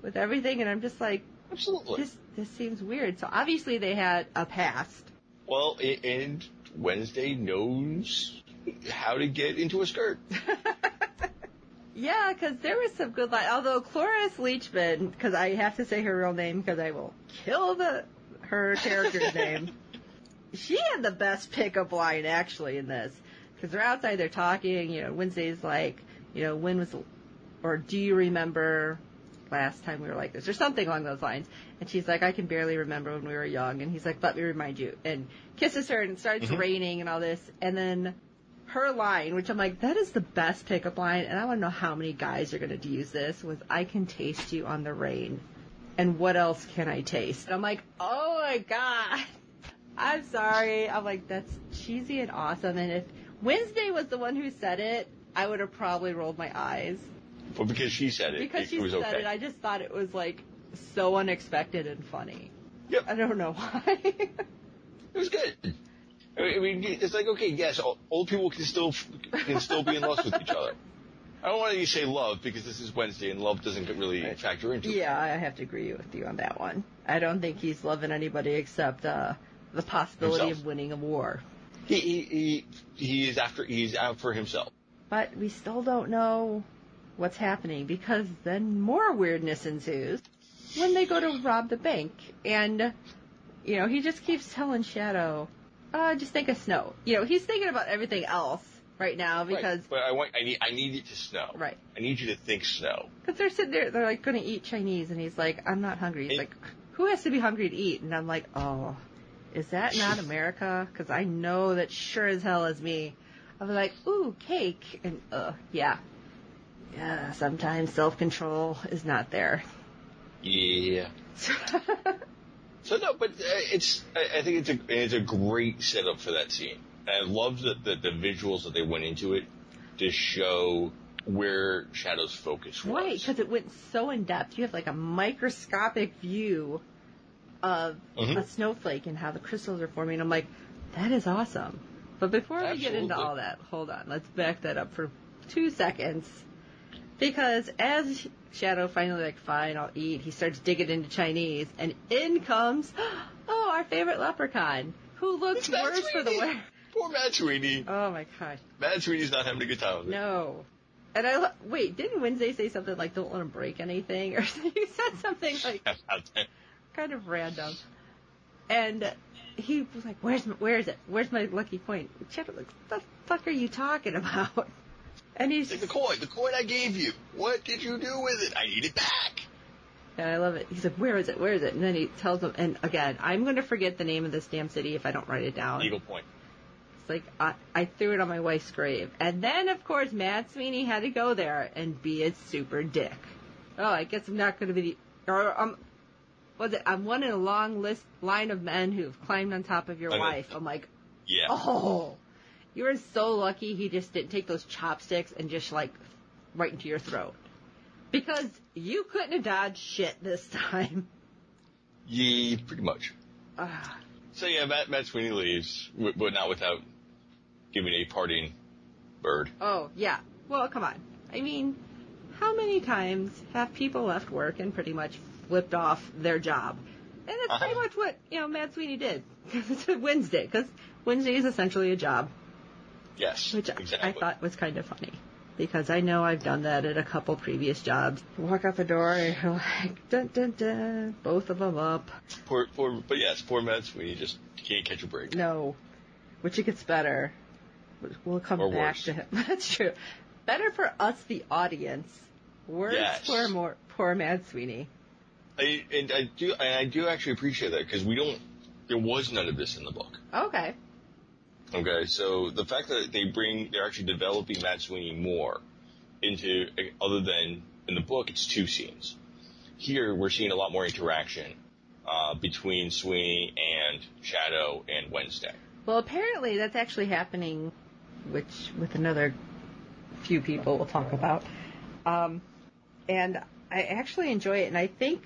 Speaker 2: with everything. And I'm just like,
Speaker 3: Absolutely.
Speaker 2: this, this seems weird. So obviously they had a past.
Speaker 3: Well, a- and Wednesday knows how to get into a skirt.
Speaker 2: Yeah, because there was some good line. Although Cloris Leachman, because I have to say her real name because I will kill the her character's name. She had the best pickup line actually in this because they're outside, they're talking. You know, Wednesday's like, you know, when was, or do you remember last time we were like this or something along those lines? And she's like, I can barely remember when we were young. And he's like, let me remind you, and kisses her and it starts
Speaker 3: Mhm.
Speaker 2: raining and all this, and then her line, which I'm like, that is the best pickup line, and I want to know how many guys are going to use this, was I can taste you on the rain. And what else can I taste? And I'm like, oh my God. *laughs* I'm sorry. I'm like, that's cheesy and awesome. And if Wednesday was the one who said it, I would have probably rolled my eyes.
Speaker 3: But because she said it,
Speaker 2: Because
Speaker 3: it,
Speaker 2: she
Speaker 3: was
Speaker 2: said
Speaker 3: okay.
Speaker 2: it, I just thought it was like so unexpected and funny.
Speaker 3: Yep.
Speaker 2: I don't know *laughs* why.
Speaker 3: It was good. I mean- I mean, it's like okay, yes, o- old people can still can still be in love with each other. I don't want to say love because this is Wednesday and love doesn't really factor into it.
Speaker 2: Yeah, I have to agree with you on that one. I don't think he's loving anybody except uh, the possibility
Speaker 3: Himself.
Speaker 2: of winning a war.
Speaker 3: He, he he he is after he's out for himself.
Speaker 2: But we still don't know what's happening because then more weirdness ensues when they go to rob the bank. And, you know, he just keeps telling Shadow, uh, just think of snow. You know, he's thinking about everything else right now
Speaker 3: Right.
Speaker 2: because,
Speaker 3: but I want I need I need it to snow.
Speaker 2: right.
Speaker 3: I need you to think snow.
Speaker 2: Because they're sitting there, they're like going to eat Chinese, and he's like, "I'm not hungry." He's
Speaker 3: It-
Speaker 2: like, "Who has to be hungry to eat?" And I'm like, "Oh, is that not America? Because I know that sure as hell is me." I was like, "Ooh, cake," and uh, yeah, yeah. Sometimes self control is not there. *laughs*
Speaker 3: Yeah. So no, but uh, it's I I think it's a it's a great setup for that scene. And I love the, the the visuals that they went into it to show where Shadow's focus was.
Speaker 2: right, because it went so in depth. You have like a microscopic view of
Speaker 3: Mhm.
Speaker 2: a snowflake and how the crystals are forming. I'm like, that is awesome. But before we get into
Speaker 3: Absolutely.
Speaker 2: all that, hold on. Let's back that up for two seconds. Because as Shadow finally like, fine, I'll eat, he starts digging into Chinese, and in comes, *gasps* oh, our favorite leprechaun, who looks
Speaker 3: It's Matt
Speaker 2: worse for the
Speaker 3: Sweeney.
Speaker 2: wear.
Speaker 3: Poor Matt Sweeney.
Speaker 2: Oh my gosh.
Speaker 3: Matt Sweeney's not having a good time with it.
Speaker 2: No. And I lo- wait, didn't Wednesday say something like "Don't let him break anything" or *laughs* he said something like kind of random? And he was like, "Where's my, where is it? Where's my lucky point?" Chad was like, "The fuck are you talking about?" *laughs* And he's
Speaker 3: Take the coin, the coin I gave you. What did you do with it? I need it back.
Speaker 2: and I love it. He's like, "Where is it? Where is it?" And then he tells him. And again, I'm gonna forget the name of this damn city if I don't write it down.
Speaker 3: Eagle Point.
Speaker 2: It's like I, I threw it on my wife's grave. And then, of course, Matt Sweeney had to go there and be a super dick. Oh, I guess I'm not going to be the. Or, um, was it? I'm one in a long list line of men who've climbed on top of your
Speaker 3: I know.
Speaker 2: wife. I'm like,
Speaker 3: Yeah.
Speaker 2: oh, you were so lucky. He just didn't take those chopsticks and just like right into your throat because you couldn't have dodged shit this *laughs* time.
Speaker 3: Yeah, pretty much.
Speaker 2: Ah,
Speaker 3: So yeah, Matt, Matt Sweeney leaves, w- but not without giving a parting bird.
Speaker 2: Oh, yeah. Well, come on. I mean, how many times have people left work and pretty much flipped off their job? And that's pretty
Speaker 3: Uh-huh.
Speaker 2: much what, you know, Matt Sweeney did. *laughs* it's a Wednesday, because Wednesday is essentially a job,
Speaker 3: Yes,
Speaker 2: which I-
Speaker 3: exactly.
Speaker 2: I thought was kind of funny. Because I know I've done that at a couple previous jobs. Walk out the door, and like, dun dun dun, both of them up.
Speaker 3: Poor, poor, but yes, poor Matt Sweeney just can't catch a break.
Speaker 2: No. Which it gets better. We'll come
Speaker 3: Or
Speaker 2: back
Speaker 3: worse.
Speaker 2: to him. *laughs* That's true. Better for us, the audience. Worse
Speaker 3: Yes.
Speaker 2: for more, poor Mad Sweeney.
Speaker 3: I, and I do, and I do actually appreciate that because we don't. There was none of this in the book.
Speaker 2: Okay.
Speaker 3: Okay, so the fact that they bring, they're actually developing Matt Sweeney more into, other than in the book, it's two scenes. Here, we're seeing a lot more interaction uh, between Sweeney and Shadow and Wednesday.
Speaker 2: Well, apparently that's actually happening, which with another few people we'll talk about. Um, and I actually enjoy it, and I think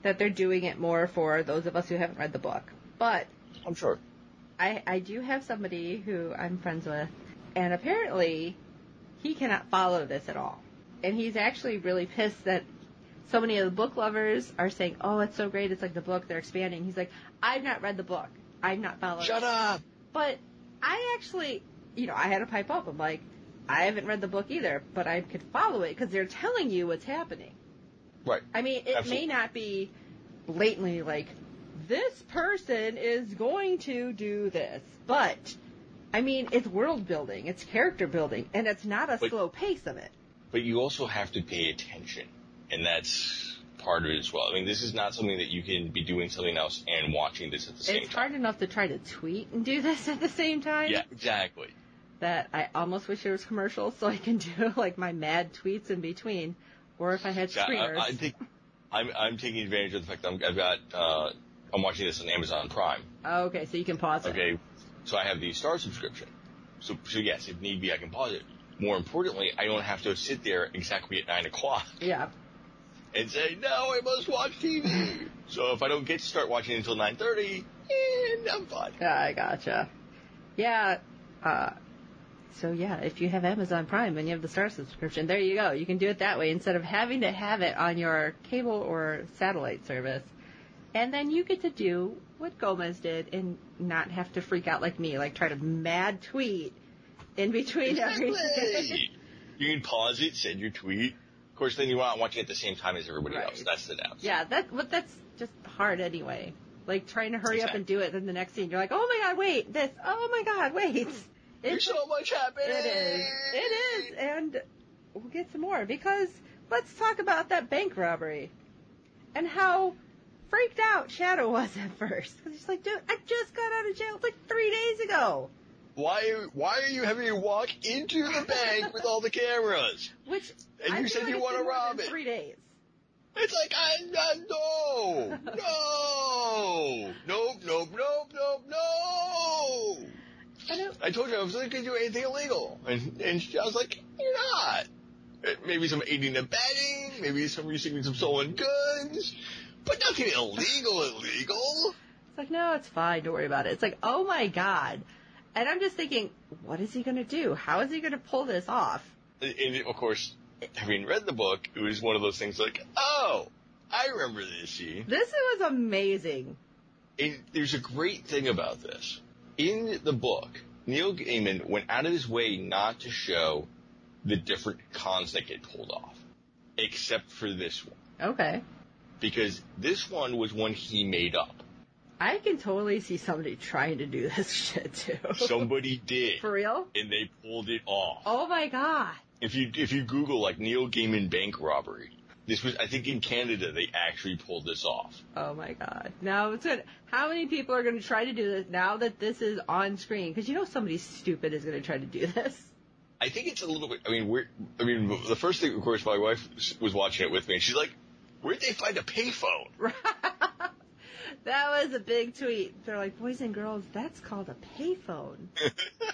Speaker 2: that they're doing it more for those of us who haven't read the book. But
Speaker 3: I'm sure.
Speaker 2: I, I do have somebody who I'm friends with, and apparently he cannot follow this at all. And he's actually really pissed that so many of the book lovers are saying, oh, it's so great, it's like the book, they're expanding. He's like, I've not read the book, I've not followed
Speaker 3: Shut
Speaker 2: it.
Speaker 3: up.
Speaker 2: But I actually, you know, I had to pipe up. I'm like, I haven't read the book either, but I could follow it because they're telling you what's happening.
Speaker 3: Right.
Speaker 2: I mean, it
Speaker 3: Absolutely.
Speaker 2: may not be blatantly like this person is going to do this, but I mean, it's world building, it's character building, and it's not a
Speaker 3: But-
Speaker 2: slow pace of it.
Speaker 3: But you also have to pay attention, and that's part of it as well. I mean, this is not something that you can be doing something else and watching this at the same
Speaker 2: It's
Speaker 3: time.
Speaker 2: hard enough to try to tweet and do *laughs* this at the same time
Speaker 3: Yeah, exactly.
Speaker 2: that I almost wish there was commercials so I can *laughs* do like my mad tweets in between, or if I had
Speaker 3: Yeah,
Speaker 2: screeners.
Speaker 3: I, I think I'm, I'm taking advantage of the fact that I'm, I've got uh, I'm watching this on Amazon Prime.
Speaker 2: Oh, okay, so you can pause it.
Speaker 3: Okay, so I have the Star subscription. So, so yes, if need be, I can pause it. More importantly, I don't have to sit there exactly at nine o'clock *laughs*
Speaker 2: Yeah.
Speaker 3: and say, "No, I must watch TV." so if I don't get to start watching until nine thirty, and I'm fine.
Speaker 2: Yeah, I gotcha. Yeah. Uh, so yeah, if you have Amazon Prime and you have the Star subscription, there you go. You can do it that way instead of having to have it on your cable or satellite service. And then you get to do what Gomez did and not have to freak out like me, like try to mad tweet in between everything.
Speaker 3: Exactly. you can pause it, send your tweet. Of course, then you want watching at the same time as everybody
Speaker 2: Right.
Speaker 3: else. That's the downside.
Speaker 2: *laughs* yeah, that but that's just hard anyway. Like trying to hurry up and do it, then the next scene you're like, oh my god, wait, this, oh my god, wait.
Speaker 3: There's so much happening.
Speaker 2: It is. It is. And we'll get some more because let's talk about that bank robbery and how freaked out Shadow was *laughs* at first. Because she's like, dude, I just got out of jail like three days ago.
Speaker 3: Why? Why are you having to walk into the bank with all the cameras?
Speaker 2: Which
Speaker 3: And
Speaker 2: I
Speaker 3: you
Speaker 2: feel
Speaker 3: said
Speaker 2: like
Speaker 3: you
Speaker 2: it's
Speaker 3: wanna
Speaker 2: been more
Speaker 3: rob
Speaker 2: than
Speaker 3: it.
Speaker 2: Three days.
Speaker 3: It's like I, I no, no, nope, nope, nope, nope, no.
Speaker 2: And it,
Speaker 3: I told you I was not going to do anything illegal, and and she- I was like, you're not. Eh, Maybe some aiding and abetting, maybe some receiving some stolen goods, but nothing illegal, illegal.
Speaker 2: It's like, no, it's fine. Don't worry about it. It's like, oh my God. And I'm just thinking, what is he going to do? How is he going to pull this off?
Speaker 3: And- And of course, having read the book, it was one of those things like, oh, I remember this scene.
Speaker 2: This was amazing.
Speaker 3: And there's a great thing about this. In the book, Neil Gaiman went out of his way not to show the different cons that get pulled off, except for this one,
Speaker 2: Okay.
Speaker 3: because this one was one he made up.
Speaker 2: I can totally see somebody trying to do this *laughs* shit too.
Speaker 3: Somebody did,
Speaker 2: For real?
Speaker 3: and they pulled it off.
Speaker 2: Oh my god.
Speaker 3: If you if you Google like Neil Gaiman bank robbery, this was I think in Canada they actually pulled this off.
Speaker 2: Oh my god. Now it's good. How many people are going to try to do this now that this is on screen? Because you know somebody stupid is going to try to do this. *laughs*
Speaker 3: I think it's a little bit. I mean, we're. I mean, the first thing, of course, my wife was watching it with me, and she's like, "Where'd they find a payphone?"
Speaker 2: that was a big tweet. They're like, boys and girls, that's called a payphone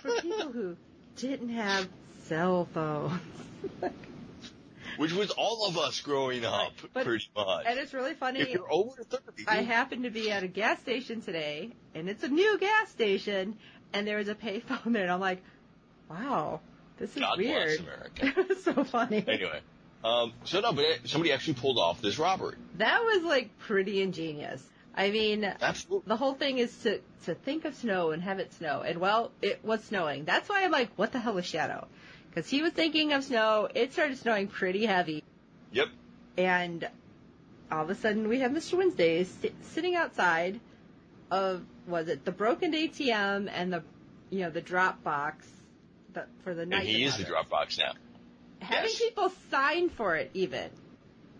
Speaker 2: for people who didn't have cell phones. *laughs*
Speaker 3: Which was all of us growing up,
Speaker 2: But-
Speaker 3: pretty much.
Speaker 2: and it's really funny.
Speaker 3: if you're over 30,
Speaker 2: I happened to be at a gas station today, and it's a new gas station, and there was a payphone there, and I'm like, wow, this is
Speaker 3: God
Speaker 2: weird.
Speaker 3: bless
Speaker 2: *laughs*
Speaker 3: America.
Speaker 2: It was so funny.
Speaker 3: anyway, um, so no, but it- somebody actually pulled off this robbery.
Speaker 2: That was like pretty ingenious. I mean,
Speaker 3: Absolutely.
Speaker 2: the whole thing is to to think of snow and have it snow, and well, it was snowing. That's why I'm like, what the hell is Shadow? Because he was thinking of snow. It started snowing pretty heavy,
Speaker 3: Yep.
Speaker 2: and all of a sudden we have Mr. Wednesday si- sitting outside of was it the broken ATM and the you know the drop box the, for the night.
Speaker 3: And he is the
Speaker 2: deposit.
Speaker 3: Dropbox now.
Speaker 2: Having
Speaker 3: yes.
Speaker 2: people sign for it even.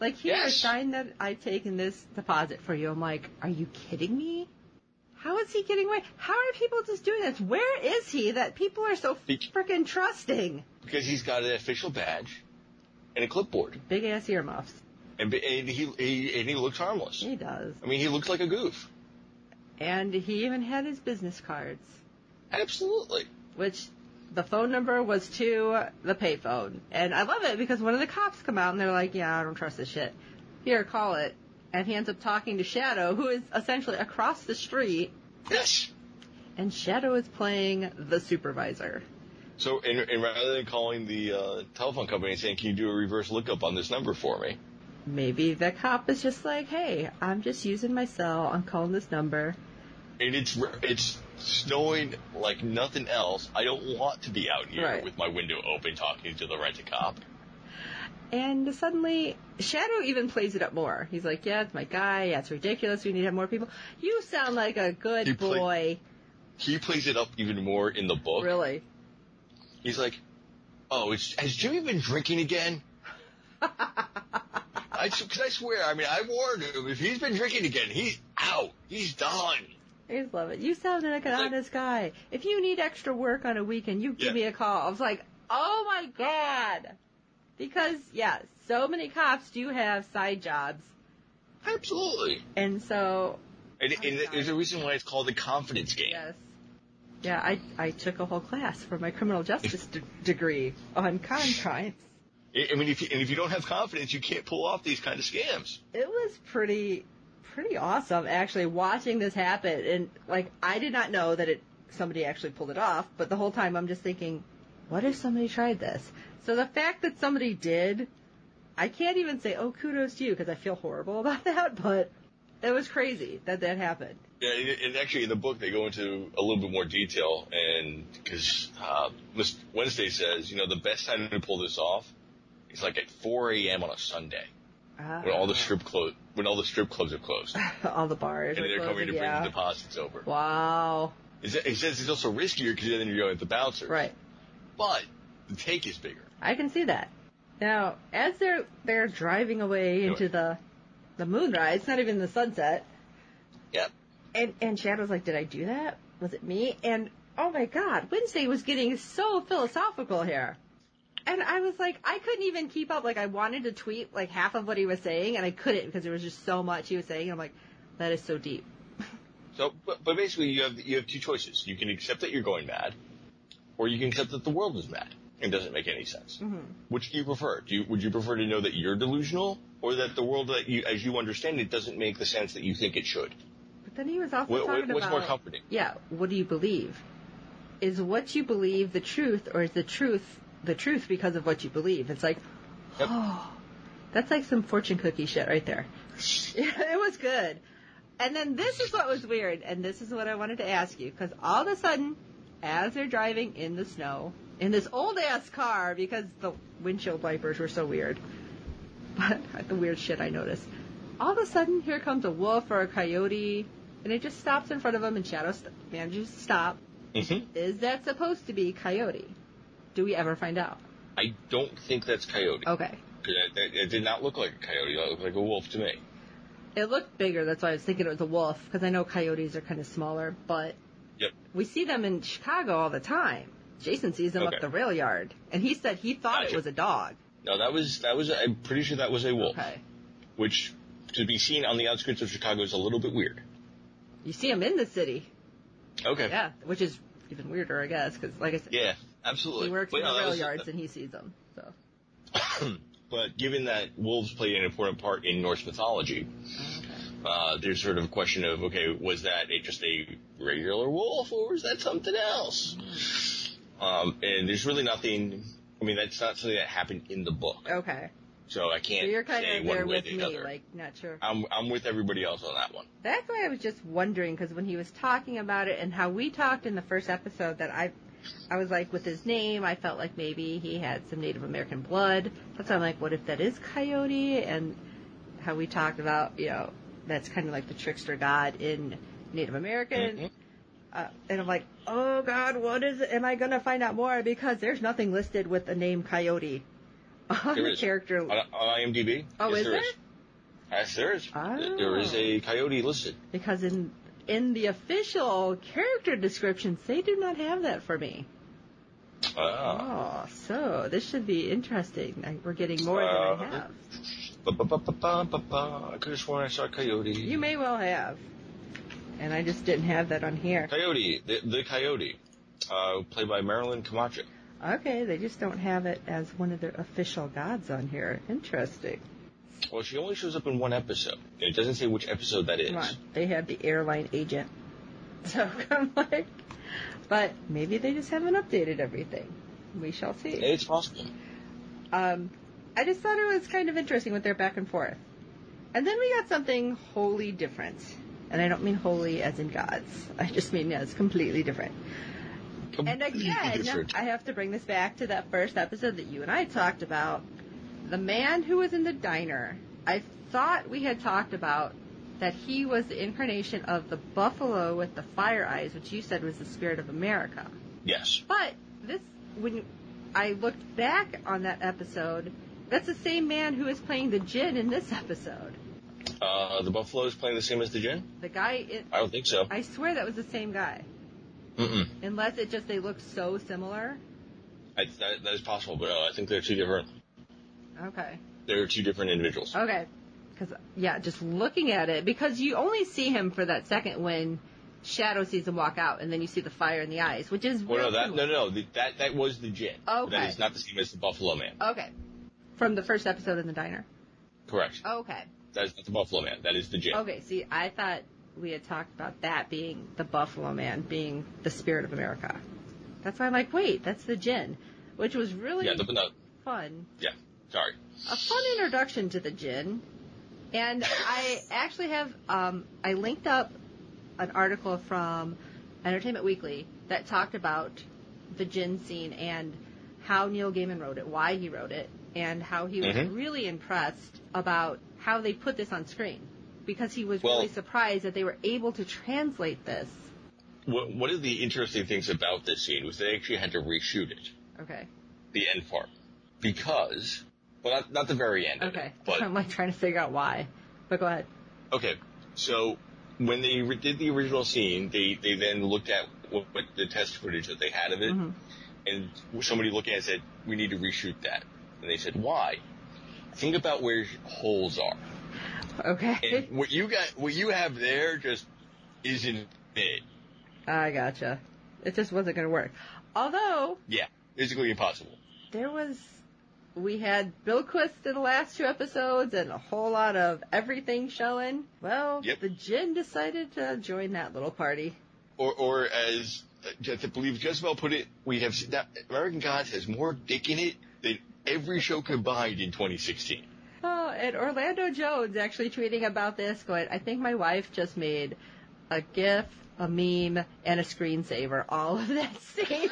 Speaker 2: Like here,
Speaker 3: Yes.
Speaker 2: sign that I've taken this deposit for you. I'm like, are you kidding me? How is he getting away? How are people just doing this? Where is he that people are so
Speaker 3: Be-
Speaker 2: freaking trusting?
Speaker 3: Because he's got an official badge and a clipboard.
Speaker 2: Big ass earmuffs.
Speaker 3: And, and, he, he, and he looks harmless.
Speaker 2: He does.
Speaker 3: I mean, he looks like a goof.
Speaker 2: And he even had his business cards.
Speaker 3: Absolutely.
Speaker 2: which The phone number was to the payphone. And I love it because one of the cops come out and they're like, yeah, I don't trust this shit. Here, call it. And he ends up talking to Shadow, who is essentially across the street.
Speaker 3: Yes.
Speaker 2: And Shadow is playing the supervisor.
Speaker 3: So, and, and rather than calling the uh, telephone company and saying, "Can you do a reverse lookup on this number for me?"
Speaker 2: Maybe the cop is just like, hey, I'm just using my cell. I'm calling this number.
Speaker 3: And it's it's snowing like nothing else. I don't want to be out here
Speaker 2: Right.
Speaker 3: with my window open talking to the rent a cop.
Speaker 2: And suddenly, Shadow even plays it up more. He's like, yeah, it's my guy. Yeah, it's ridiculous. We need to have more people. You sound like a good
Speaker 3: He play-
Speaker 2: boy.
Speaker 3: He plays it up even more in the book.
Speaker 2: Really?
Speaker 3: He's like, "Oh, it's, has Jimmy been drinking
Speaker 2: *laughs*
Speaker 3: again?" I because I swear, I mean, I warned him. If he's been drinking again, he's out. He's done.
Speaker 2: I just love it. You sounded like an
Speaker 3: Like-
Speaker 2: honest guy. If you need extra work on a weekend, you give
Speaker 3: Yeah.
Speaker 2: me a call. I was like, oh my god. Because, yeah, so many cops do have side jobs.
Speaker 3: Absolutely.
Speaker 2: And so,
Speaker 3: And,
Speaker 2: I'm
Speaker 3: and
Speaker 2: sorry.
Speaker 3: there's a reason why it's called the confidence game.
Speaker 2: Oh yes. Yeah, I, I took a whole class for my criminal
Speaker 3: *laughs*
Speaker 2: justice d- degree on contracts.
Speaker 3: I I mean, if you, and if you don't have confidence, you can't pull off these kind of scams.
Speaker 2: It was pretty, pretty awesome actually watching this happen. And like, I did not know that it, somebody actually pulled it off, but the whole time I'm just thinking, what if somebody tried this? So the fact that somebody did, I can't even say, oh, kudos to you, because I feel horrible *laughs* about that, but it was crazy that that happened.
Speaker 3: Yeah, and, and actually, in the book, they go into a little bit more detail, and because uh, Miss Wednesday says, you know, the best time to pull this off is like at 4 a.m. on a Sunday
Speaker 2: Ah.
Speaker 3: when all the strip clo- when all the strip clubs are closed,
Speaker 2: *laughs*
Speaker 3: and
Speaker 2: all the bars are
Speaker 3: they're coming
Speaker 2: closing,
Speaker 3: to bring
Speaker 2: yeah.
Speaker 3: the deposits over.
Speaker 2: Wow.
Speaker 3: It sa- it says it's also riskier because then you're going with the bouncer,
Speaker 2: Right.
Speaker 3: But the take is bigger.
Speaker 2: I can see that. Now, as they're they're driving away into the the moonrise, not even the sunset,
Speaker 3: Yep.
Speaker 2: and and Shadow's like, "Did I do that? Was it me?" And oh my God, Wednesday was getting so philosophical here, and I was like, I couldn't even keep up. Like, I wanted to tweet like half of what he was saying, and I couldn't because there was just so much he was saying. And I'm like, that is so deep.
Speaker 3: So, but, but basically, you have you have two choices. You can accept that you're going mad, or you can accept that the world is mad and doesn't make any sense.
Speaker 2: Mm-hmm.
Speaker 3: Which do you prefer? Do you, would you prefer to know that you're delusional, or that the world that you, as you understand it, doesn't make the sense that you think it should?
Speaker 2: But then he was also
Speaker 3: What,
Speaker 2: talking
Speaker 3: what, what's
Speaker 2: about
Speaker 3: more comforting?
Speaker 2: yeah, what do you believe? Is what you believe the truth, or is the truth the truth because of what you believe? It's like,
Speaker 3: Yep.
Speaker 2: oh, that's like some fortune cookie shit right
Speaker 3: *laughs*
Speaker 2: there. *laughs* Yeah, it was good. And then this is what was weird, and this is what I wanted to ask you, because all of a sudden, as they're driving in the snow, in this old ass car, because the windshield wipers were so weird, but *laughs* the weird shit I noticed, all of a sudden here comes a wolf or a coyote, and it just stops in front of them, and Shadow st- manages to stop.
Speaker 3: hmm
Speaker 2: Is that supposed to be coyote? Do we ever find out?
Speaker 3: I don't think that's coyote.
Speaker 2: Okay.
Speaker 3: 'Cause It, it- it did not look like a coyote. It looked like a wolf to me.
Speaker 2: It looked bigger, that's why I was thinking it was a wolf, because I know coyotes are kind of smaller, but
Speaker 3: Yep.
Speaker 2: we see them in Chicago all the time. Jason sees them
Speaker 3: Okay.
Speaker 2: up the rail yard, and he said he thought it
Speaker 3: Gotcha.
Speaker 2: was a dog.
Speaker 3: No, that was that was. I'm pretty sure that was a wolf,
Speaker 2: Okay.
Speaker 3: which to be seen on the outskirts of Chicago is a little bit weird.
Speaker 2: You see him in the city,
Speaker 3: Okay.
Speaker 2: yeah, which is even weirder, I guess, because like I said,
Speaker 3: Yeah, absolutely.
Speaker 2: he works
Speaker 3: But
Speaker 2: in
Speaker 3: no,
Speaker 2: the
Speaker 3: that
Speaker 2: rail
Speaker 3: was-
Speaker 2: yards and he sees them. So
Speaker 3: but given that wolves played an important part in Norse mythology, uh, there's sort of a question of okay, was that a, just a regular wolf or was that something else? Um, and there's really nothing. I mean, that's not something that happened in the book,
Speaker 2: okay,
Speaker 3: so I
Speaker 2: so
Speaker 3: can't
Speaker 2: you're kind
Speaker 3: say
Speaker 2: of
Speaker 3: one
Speaker 2: there
Speaker 3: way or
Speaker 2: with
Speaker 3: the
Speaker 2: me,
Speaker 3: other.
Speaker 2: like not sure.
Speaker 3: I'm I'm with everybody else on that one.
Speaker 2: That's why I was just wondering because when he was talking about it and how we talked in the first episode, that I, I was like, with his name, I felt like maybe he had some Native American blood. That's why I'm like, what if that is Coyote? And how we talked about, you know, that's kind of like the trickster god in Native American.
Speaker 3: Mhm.
Speaker 2: Uh, and I'm like, oh God, what is it? Am I gonna find out more? Because there's nothing listed with the name Coyote on
Speaker 3: There
Speaker 2: the
Speaker 3: is.
Speaker 2: character.
Speaker 3: On, on IMDb,
Speaker 2: Oh,
Speaker 3: yes,
Speaker 2: is
Speaker 3: there
Speaker 2: there?
Speaker 3: is. Yes, there is.
Speaker 2: Oh.
Speaker 3: There is a coyote listed.
Speaker 2: because in in the official character descriptions they do not have that for me.
Speaker 3: Ah.
Speaker 2: Oh, so this should be interesting. I, we're getting more than I
Speaker 3: Uh,
Speaker 2: have.
Speaker 3: Ba-ba-ba-ba-ba-ba. I could have sworn I saw a coyote.
Speaker 2: You may well have, and I just didn't have that on here.
Speaker 3: Coyote, the, the coyote. uh, played by Marilyn Camacho.
Speaker 2: Okay, they just don't have it as one of their official gods on here. Interesting.
Speaker 3: Well, she only shows up in one episode. and It doesn't say which episode that is.
Speaker 2: Come on, they had the airline agent. *laughs* So I'm like, but maybe they just haven't updated everything. We shall see.
Speaker 3: It's possible.
Speaker 2: Um, I just thought it was kind of interesting with their back and forth. And then we got something wholly different. And I don't mean holy as in gods. I just mean as completely different. And
Speaker 3: Completely
Speaker 2: again,
Speaker 3: different.
Speaker 2: I have to bring this back to that first episode that you and I talked about. The man who was in the diner, I thought we had talked about that he was the incarnation of the buffalo with the fire eyes, which you said was the spirit of America.
Speaker 3: yes.
Speaker 2: But this, when I looked back on that episode, that's the same man who is playing the djinn in this episode.
Speaker 3: Uh, the Buffalo is playing the same as the Gin?
Speaker 2: The guy, it,
Speaker 3: I don't think so.
Speaker 2: I swear that was the same guy.
Speaker 3: Mm-mm.
Speaker 2: Unless it just they look so similar.
Speaker 3: I, that, that is possible, but uh, I think they're two different.
Speaker 2: Okay.
Speaker 3: They're two different individuals.
Speaker 2: Okay. Because, yeah, just looking at it, because you only see him for that second when Shadow sees him walk out, and then you see the fire in the eyes, which is.
Speaker 3: Well, no,
Speaker 2: real
Speaker 3: that
Speaker 2: similar.
Speaker 3: no, no, the, that that was the Gin.
Speaker 2: Okay.
Speaker 3: That is not the same as the Buffalo Man.
Speaker 2: Okay. From the first episode in the diner.
Speaker 3: Correct.
Speaker 2: Okay.
Speaker 3: That is not the Buffalo Man. That is the Gin.
Speaker 2: Okay, see, I thought we had talked about that being the Buffalo Man, being the spirit of America. That's why I'm like, wait, that's the gin, which was really
Speaker 3: Yeah, the, no,
Speaker 2: fun.
Speaker 3: yeah. Sorry.
Speaker 2: A fun introduction to the gin. And I actually have, um, I linked up an article from Entertainment Weekly that talked about the gin scene and how Neil Gaiman wrote it, why he wrote it, and how he was
Speaker 3: Mhm.
Speaker 2: really impressed about how they put this on screen because he was
Speaker 3: Well-
Speaker 2: really surprised that they were able to translate this.
Speaker 3: What, one of the interesting things about this scene was they actually had to reshoot it,
Speaker 2: Okay.
Speaker 3: the end part, because well, not, not the very end. of it,
Speaker 2: Okay. *laughs*
Speaker 3: but
Speaker 2: I'm like trying to figure out why. But go ahead.
Speaker 3: Okay, so when they re- did the original scene, they, they then looked at what, what the test footage that they had of it, and somebody looking at it said, "We need to reshoot that." And they said, "Why?" Think about where holes are,
Speaker 2: Okay.
Speaker 3: and what you got, what you have there, just isn't it.
Speaker 2: *laughs* I gotcha. It just wasn't going to work. Although,
Speaker 3: Yeah, physically impossible.
Speaker 2: there was we had Bill Quist in the last two episodes and a whole lot of everything showing. Well,
Speaker 3: Yep.
Speaker 2: the Jin decided to join that little party.
Speaker 3: Or, or as uh, Je- I believe Jezebel put it, we have that American Gods has more dick in it than every show combined in 2016.
Speaker 2: Oh, and Orlando Jones actually tweeting about this, going, I think my wife just made a gif, a meme, and a screensaver, all of that *laughs* scene.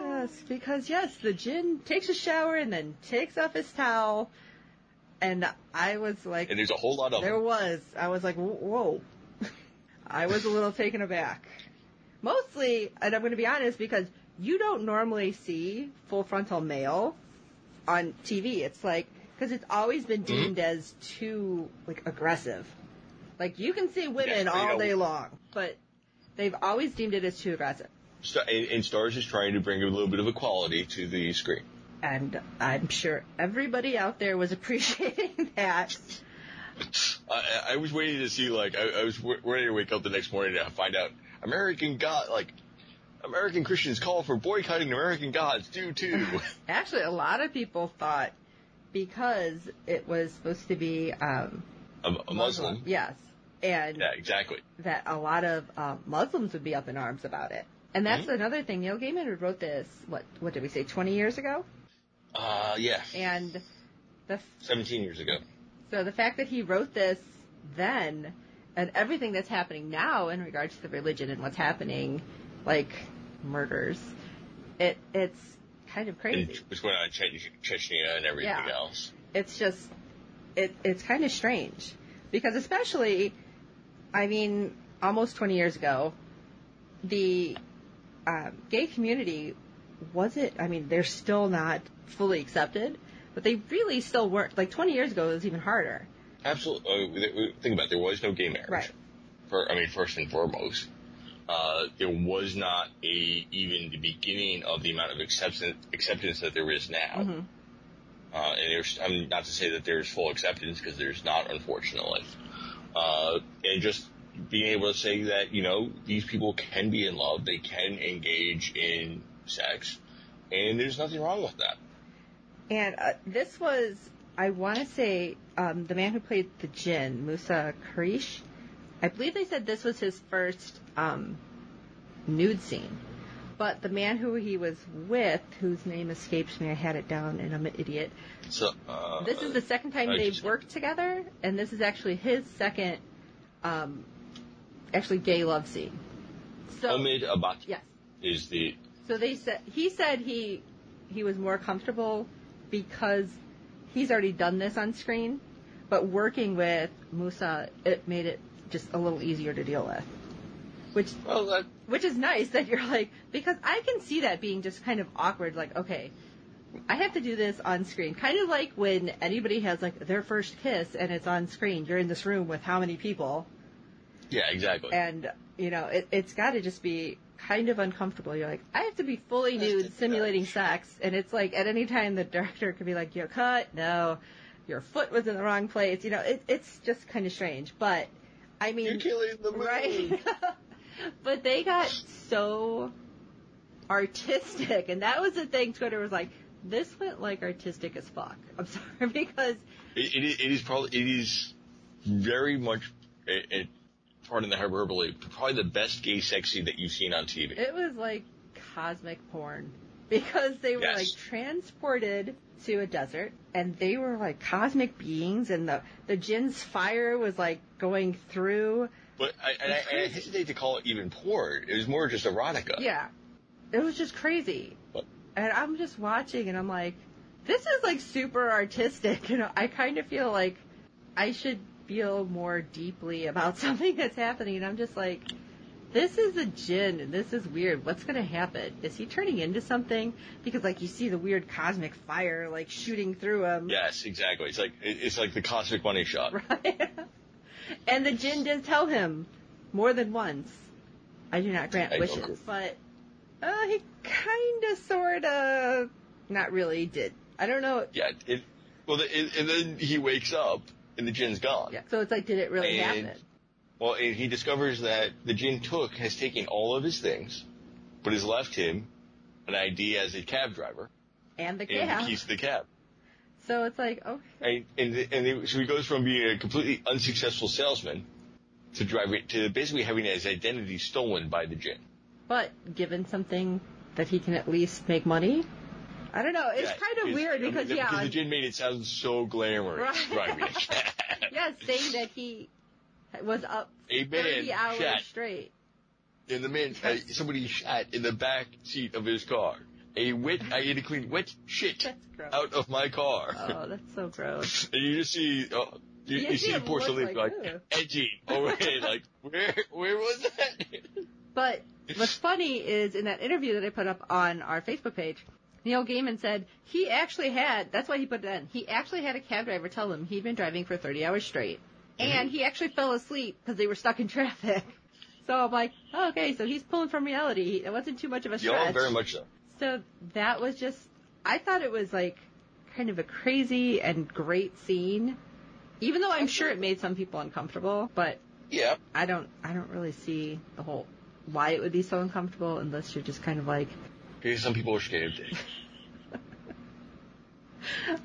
Speaker 2: Yes, because yes, the Jin takes a shower and then takes off his towel. And I was like,
Speaker 3: and there's a whole lot of
Speaker 2: There
Speaker 3: them.
Speaker 2: was. I was like, "Wh- whoa. *laughs* I was a little taken aback. Mostly, and I'm going to be honest, because you don't normally see full frontal male on TV. It's like, because it's always been deemed as too, like, aggressive. Like, you can see women
Speaker 3: they
Speaker 2: all
Speaker 3: don't-
Speaker 2: day long, but they've always deemed it as too aggressive.
Speaker 3: Sta- and, and Stars is trying to bring a little bit of equality to the screen.
Speaker 2: And I'm sure everybody out there was *laughs* appreciating that.
Speaker 3: I, I- I was waiting to see, like, I, I was w- ready to wake up the next morning to find out American God, like, American Christians call for boycotting American Gods due to.
Speaker 2: Actually, a lot of people thought because it was supposed to be um,
Speaker 3: a, a Muslim.
Speaker 2: Yes. And
Speaker 3: Mm-hmm. Yeah, exactly.
Speaker 2: that a lot of uh, Muslims would be up in arms about it. And that's another thing. Neil Gaiman wrote this, what what did we say, 20 years ago?
Speaker 3: Uh, yeah.
Speaker 2: And the f-
Speaker 3: 17 years ago.
Speaker 2: so the fact that he wrote this then and everything that's happening now in regards to the religion and what's happening, like murders, it it's kind of
Speaker 3: And
Speaker 2: crazy.
Speaker 3: what's going on in Che- Chechnya and everything
Speaker 2: Yeah.
Speaker 3: else.
Speaker 2: it's just it it's kind of strange because especially I mean almost 20 years ago the um, gay community wasn't I mean they're still not fully accepted but they really still weren't like 20 years ago it was even harder
Speaker 3: Absolutely. oh, Think about it. There was no gay marriage.
Speaker 2: Right.
Speaker 3: For, I mean, first and foremost, uh, there was not a even the beginning of the amount of acceptance acceptance that there is now.
Speaker 2: Mm-hmm.
Speaker 3: Uh, and there's, I mean, not to say that there's full acceptance because there's not, unfortunately. Uh, and just being able to say that you know these people can be in love, they can engage in sex, and there's nothing wrong with that.
Speaker 2: And uh, this was, I want to say, um, the man who played the Jin, Musa Karish. I believe they said this was his first um, nude scene. But the man who he was with, whose name escapes me, I had it down and I'm an idiot.
Speaker 3: So uh,
Speaker 2: This is the second time
Speaker 3: I
Speaker 2: they've
Speaker 3: just-
Speaker 2: worked together, and this is actually his second, um, actually gay love scene. So
Speaker 3: Omid Abati
Speaker 2: yes,
Speaker 3: is the
Speaker 2: so they said he said he he was more comfortable because he's already done this on screen, but working with Musa it made it just a little easier to deal with, which
Speaker 3: well uh, that
Speaker 2: which is nice that you're like because I can see that being just kind of awkward. Like okay, I have to do this on screen, kind of like when anybody has like their first kiss and it's on screen. You're in this room with how many people,
Speaker 3: yeah exactly.
Speaker 2: and you know it, it's got to just be kind of uncomfortable. You're like I have to be fully
Speaker 3: That's
Speaker 2: nude
Speaker 3: the
Speaker 2: simulating
Speaker 3: judge.
Speaker 2: sex, and it's like at any time the director could be like, "You're cut, no, your foot was in the wrong place." You know, it, it's just kind of strange, but. I mean,
Speaker 3: You're killing the mood.
Speaker 2: Right. *laughs* but they got so artistic, and that was the thing. Twitter was like, "This went like artistic as fuck." I'm *laughs* sorry because
Speaker 3: It, it, is- it is probably it is very much it, it, pardon the hyperbole, but probably the best gay sex scene that you've seen on TV.
Speaker 2: it was like cosmic porn because they were
Speaker 3: Yes.
Speaker 2: like transported to a desert, and they were like cosmic beings, and the the jin's fire was like going through.
Speaker 3: but I, and I, and I hesitate to call it even porn. It was more just erotica.
Speaker 2: Yeah, it was just crazy.
Speaker 3: But-
Speaker 2: and I'm just watching and I'm like, this is like super artistic. You know, I kind of feel like I should feel more deeply about *laughs* something that's happening. And I'm just like, this is a djinn and this is weird. What's going to happen? Is he turning into something? Because like you see the weird cosmic fire like shooting through him.
Speaker 3: Yes, exactly. It's like it, it's like the cosmic money shot.
Speaker 2: *laughs* Right. and the djinn did tell him more than once, I do not grant
Speaker 3: I don't
Speaker 2: wishes. But uh, he kind of, sort of, not really did. I don't know.
Speaker 3: Yeah. It, well, the, it, and then he wakes up and the gin's gone.
Speaker 2: Yeah. So it's like, did it really
Speaker 3: And-
Speaker 2: happen?
Speaker 3: Well, and he discovers that the gin took has taken all of his things, but has left him an ID as a cab driver
Speaker 2: And the
Speaker 3: and
Speaker 2: cab.
Speaker 3: the keys to the cab.
Speaker 2: So it's like, okay.
Speaker 3: And and and they, so he goes from being a completely unsuccessful salesman to driving to basically having his identity stolen by the gin.
Speaker 2: But given something that he can at least make money, I don't know. It's
Speaker 3: Yeah,
Speaker 2: kind of weird
Speaker 3: I mean,
Speaker 2: because
Speaker 3: the-
Speaker 2: yeah,
Speaker 3: because the gin made it sound so glamorous.
Speaker 2: Right.
Speaker 3: driving a cab.
Speaker 2: *laughs* yeah, saying that he was up
Speaker 3: A man
Speaker 2: 30 hours
Speaker 3: shot *laughs*
Speaker 2: straight.
Speaker 3: in the man. Uh, somebody shot in the back seat of his car. A wet. I had to clean wet shit
Speaker 2: That's gross.
Speaker 3: out of my car.
Speaker 2: Oh, that's so gross.
Speaker 3: And you just see, oh, you,
Speaker 2: You
Speaker 3: you,
Speaker 2: see
Speaker 3: see the
Speaker 2: him look
Speaker 3: porcelain
Speaker 2: like,
Speaker 3: like,
Speaker 2: "Ugh."
Speaker 3: edgy over it, *laughs* like where where was that?
Speaker 2: But what's funny is in that interview that I put up on our Facebook page, Neil Gaiman said he actually had, that's why he put it in, he actually had a cab driver tell him he'd been driving for 30 hours straight. And he actually fell asleep because they were stuck in *laughs* traffic. So I'm like, oh, okay, so he's pulling from reality. It wasn't too much of a
Speaker 3: Y'all
Speaker 2: stretch.
Speaker 3: very much so.
Speaker 2: So that was just, I thought it was like kind of a crazy and great scene. Even though I'm sure it made some people uncomfortable, but
Speaker 3: Yeah.
Speaker 2: I don't I don't really see the whole why it would be so uncomfortable unless you're just kind of like, *laughs*
Speaker 3: Because some people are scared of dick.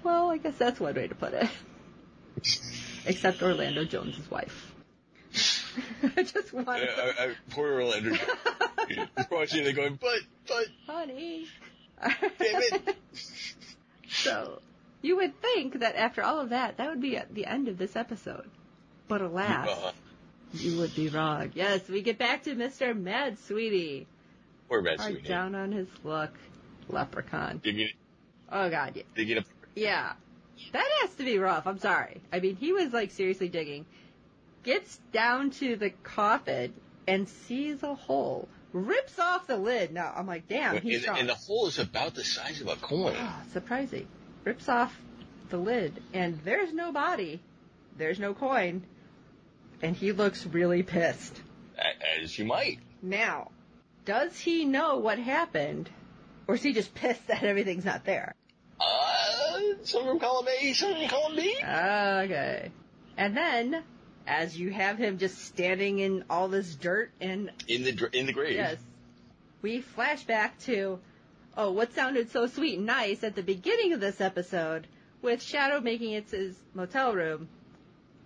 Speaker 2: well, I guess that's one way to put it. Except Orlando Jones's wife. *laughs* I just want
Speaker 3: *laughs* I,
Speaker 2: to
Speaker 3: I, I, poor Orlando. *laughs* Jones. You're watching it going, but, but,
Speaker 2: *laughs* honey.
Speaker 3: damn it.
Speaker 2: *laughs* so you would think that after all of that, that would be at the end of this episode. But alas,
Speaker 3: Uh,
Speaker 2: you would be wrong. Yes, we get back to Mr. Mad Sweetie,
Speaker 3: poor Matt
Speaker 2: our
Speaker 3: Sweeney.
Speaker 2: down on his luck leprechaun.
Speaker 3: Digging,
Speaker 2: Oh God, yeah.
Speaker 3: digging up.
Speaker 2: Yeah. That has to be rough. I'm sorry. I mean, he was like seriously digging. Gets down to the coffin and sees a hole. Rips off the lid. Now, I'm like, damn,
Speaker 3: And,
Speaker 2: he's strong.
Speaker 3: and the hole is about the size of a *gasps* coin.
Speaker 2: Oh, surprising. Rips off the lid and there's no body. There's no coin. And he looks really pissed.
Speaker 3: A- As you might.
Speaker 2: Now, does he know what happened? Or is he just pissed *laughs* that everything's not there?
Speaker 3: Uh, some from column A, some from column B.
Speaker 2: Okay. And then as you have him just standing in all this dirt and
Speaker 3: in the dr- in the grave.
Speaker 2: yes. We flash back to oh, what sounded so sweet and nice at the beginning of this episode with Shadow making it to his motel room,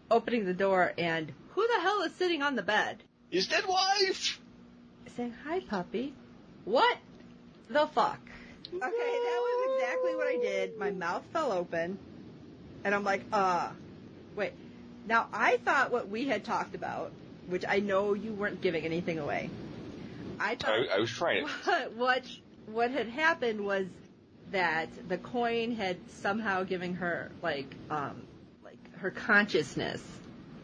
Speaker 2: opening the door and who the hell is sitting on the bed?
Speaker 3: His dead wife.
Speaker 2: saying, Hi, puppy. What the fuck? Okay, that was exactly what I did. My mouth fell open, and I'm like, uh, wait. Now, I thought what we had talked about, which I know you weren't giving anything away, I
Speaker 3: I,
Speaker 2: thought
Speaker 3: I was trying it.
Speaker 2: *laughs* what, what, what had happened was that the coin had somehow given her, like, um, like her consciousness,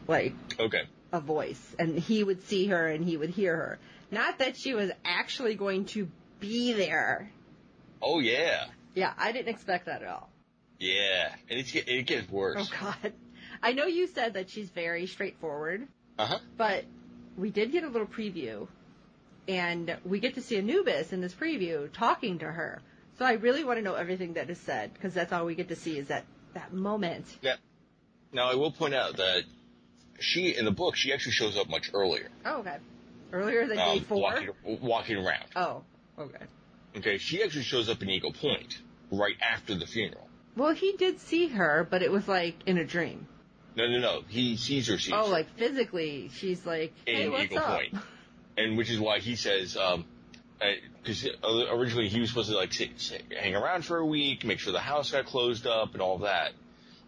Speaker 2: like,
Speaker 3: Okay.
Speaker 2: a voice and he would see her and he would hear her. Not that she was actually going to be there.
Speaker 3: Oh yeah,
Speaker 2: Yeah, I didn't expect that at all.
Speaker 3: yeah. And it, get- it gets
Speaker 2: Oh
Speaker 3: worse.
Speaker 2: god. I know you said that she's very straightforward,
Speaker 3: Uh huh.
Speaker 2: but we did get a little preview and we get to see Anubis in this preview talking to her. So I really want to know everything that is said because that's all we get to see is that that moment.
Speaker 3: Yeah. Now I will point out that she in the book she actually shows up much earlier.
Speaker 2: Oh okay. Earlier than day
Speaker 3: Um,
Speaker 2: four.
Speaker 3: walking walking around.
Speaker 2: Oh, okay.
Speaker 3: Okay. She actually shows up in Eagle Point right after the funeral.
Speaker 2: Well, he did see her, but it was like in a dream.
Speaker 3: No, no, no. He sees her. Sees
Speaker 2: Oh,
Speaker 3: her.
Speaker 2: like physically, she's like, hey,
Speaker 3: in
Speaker 2: what's
Speaker 3: Eagle
Speaker 2: up?
Speaker 3: Point, and which is why he says, um, because originally he was supposed to like sit, sit- hang around for a week, make sure the house got closed up and all that,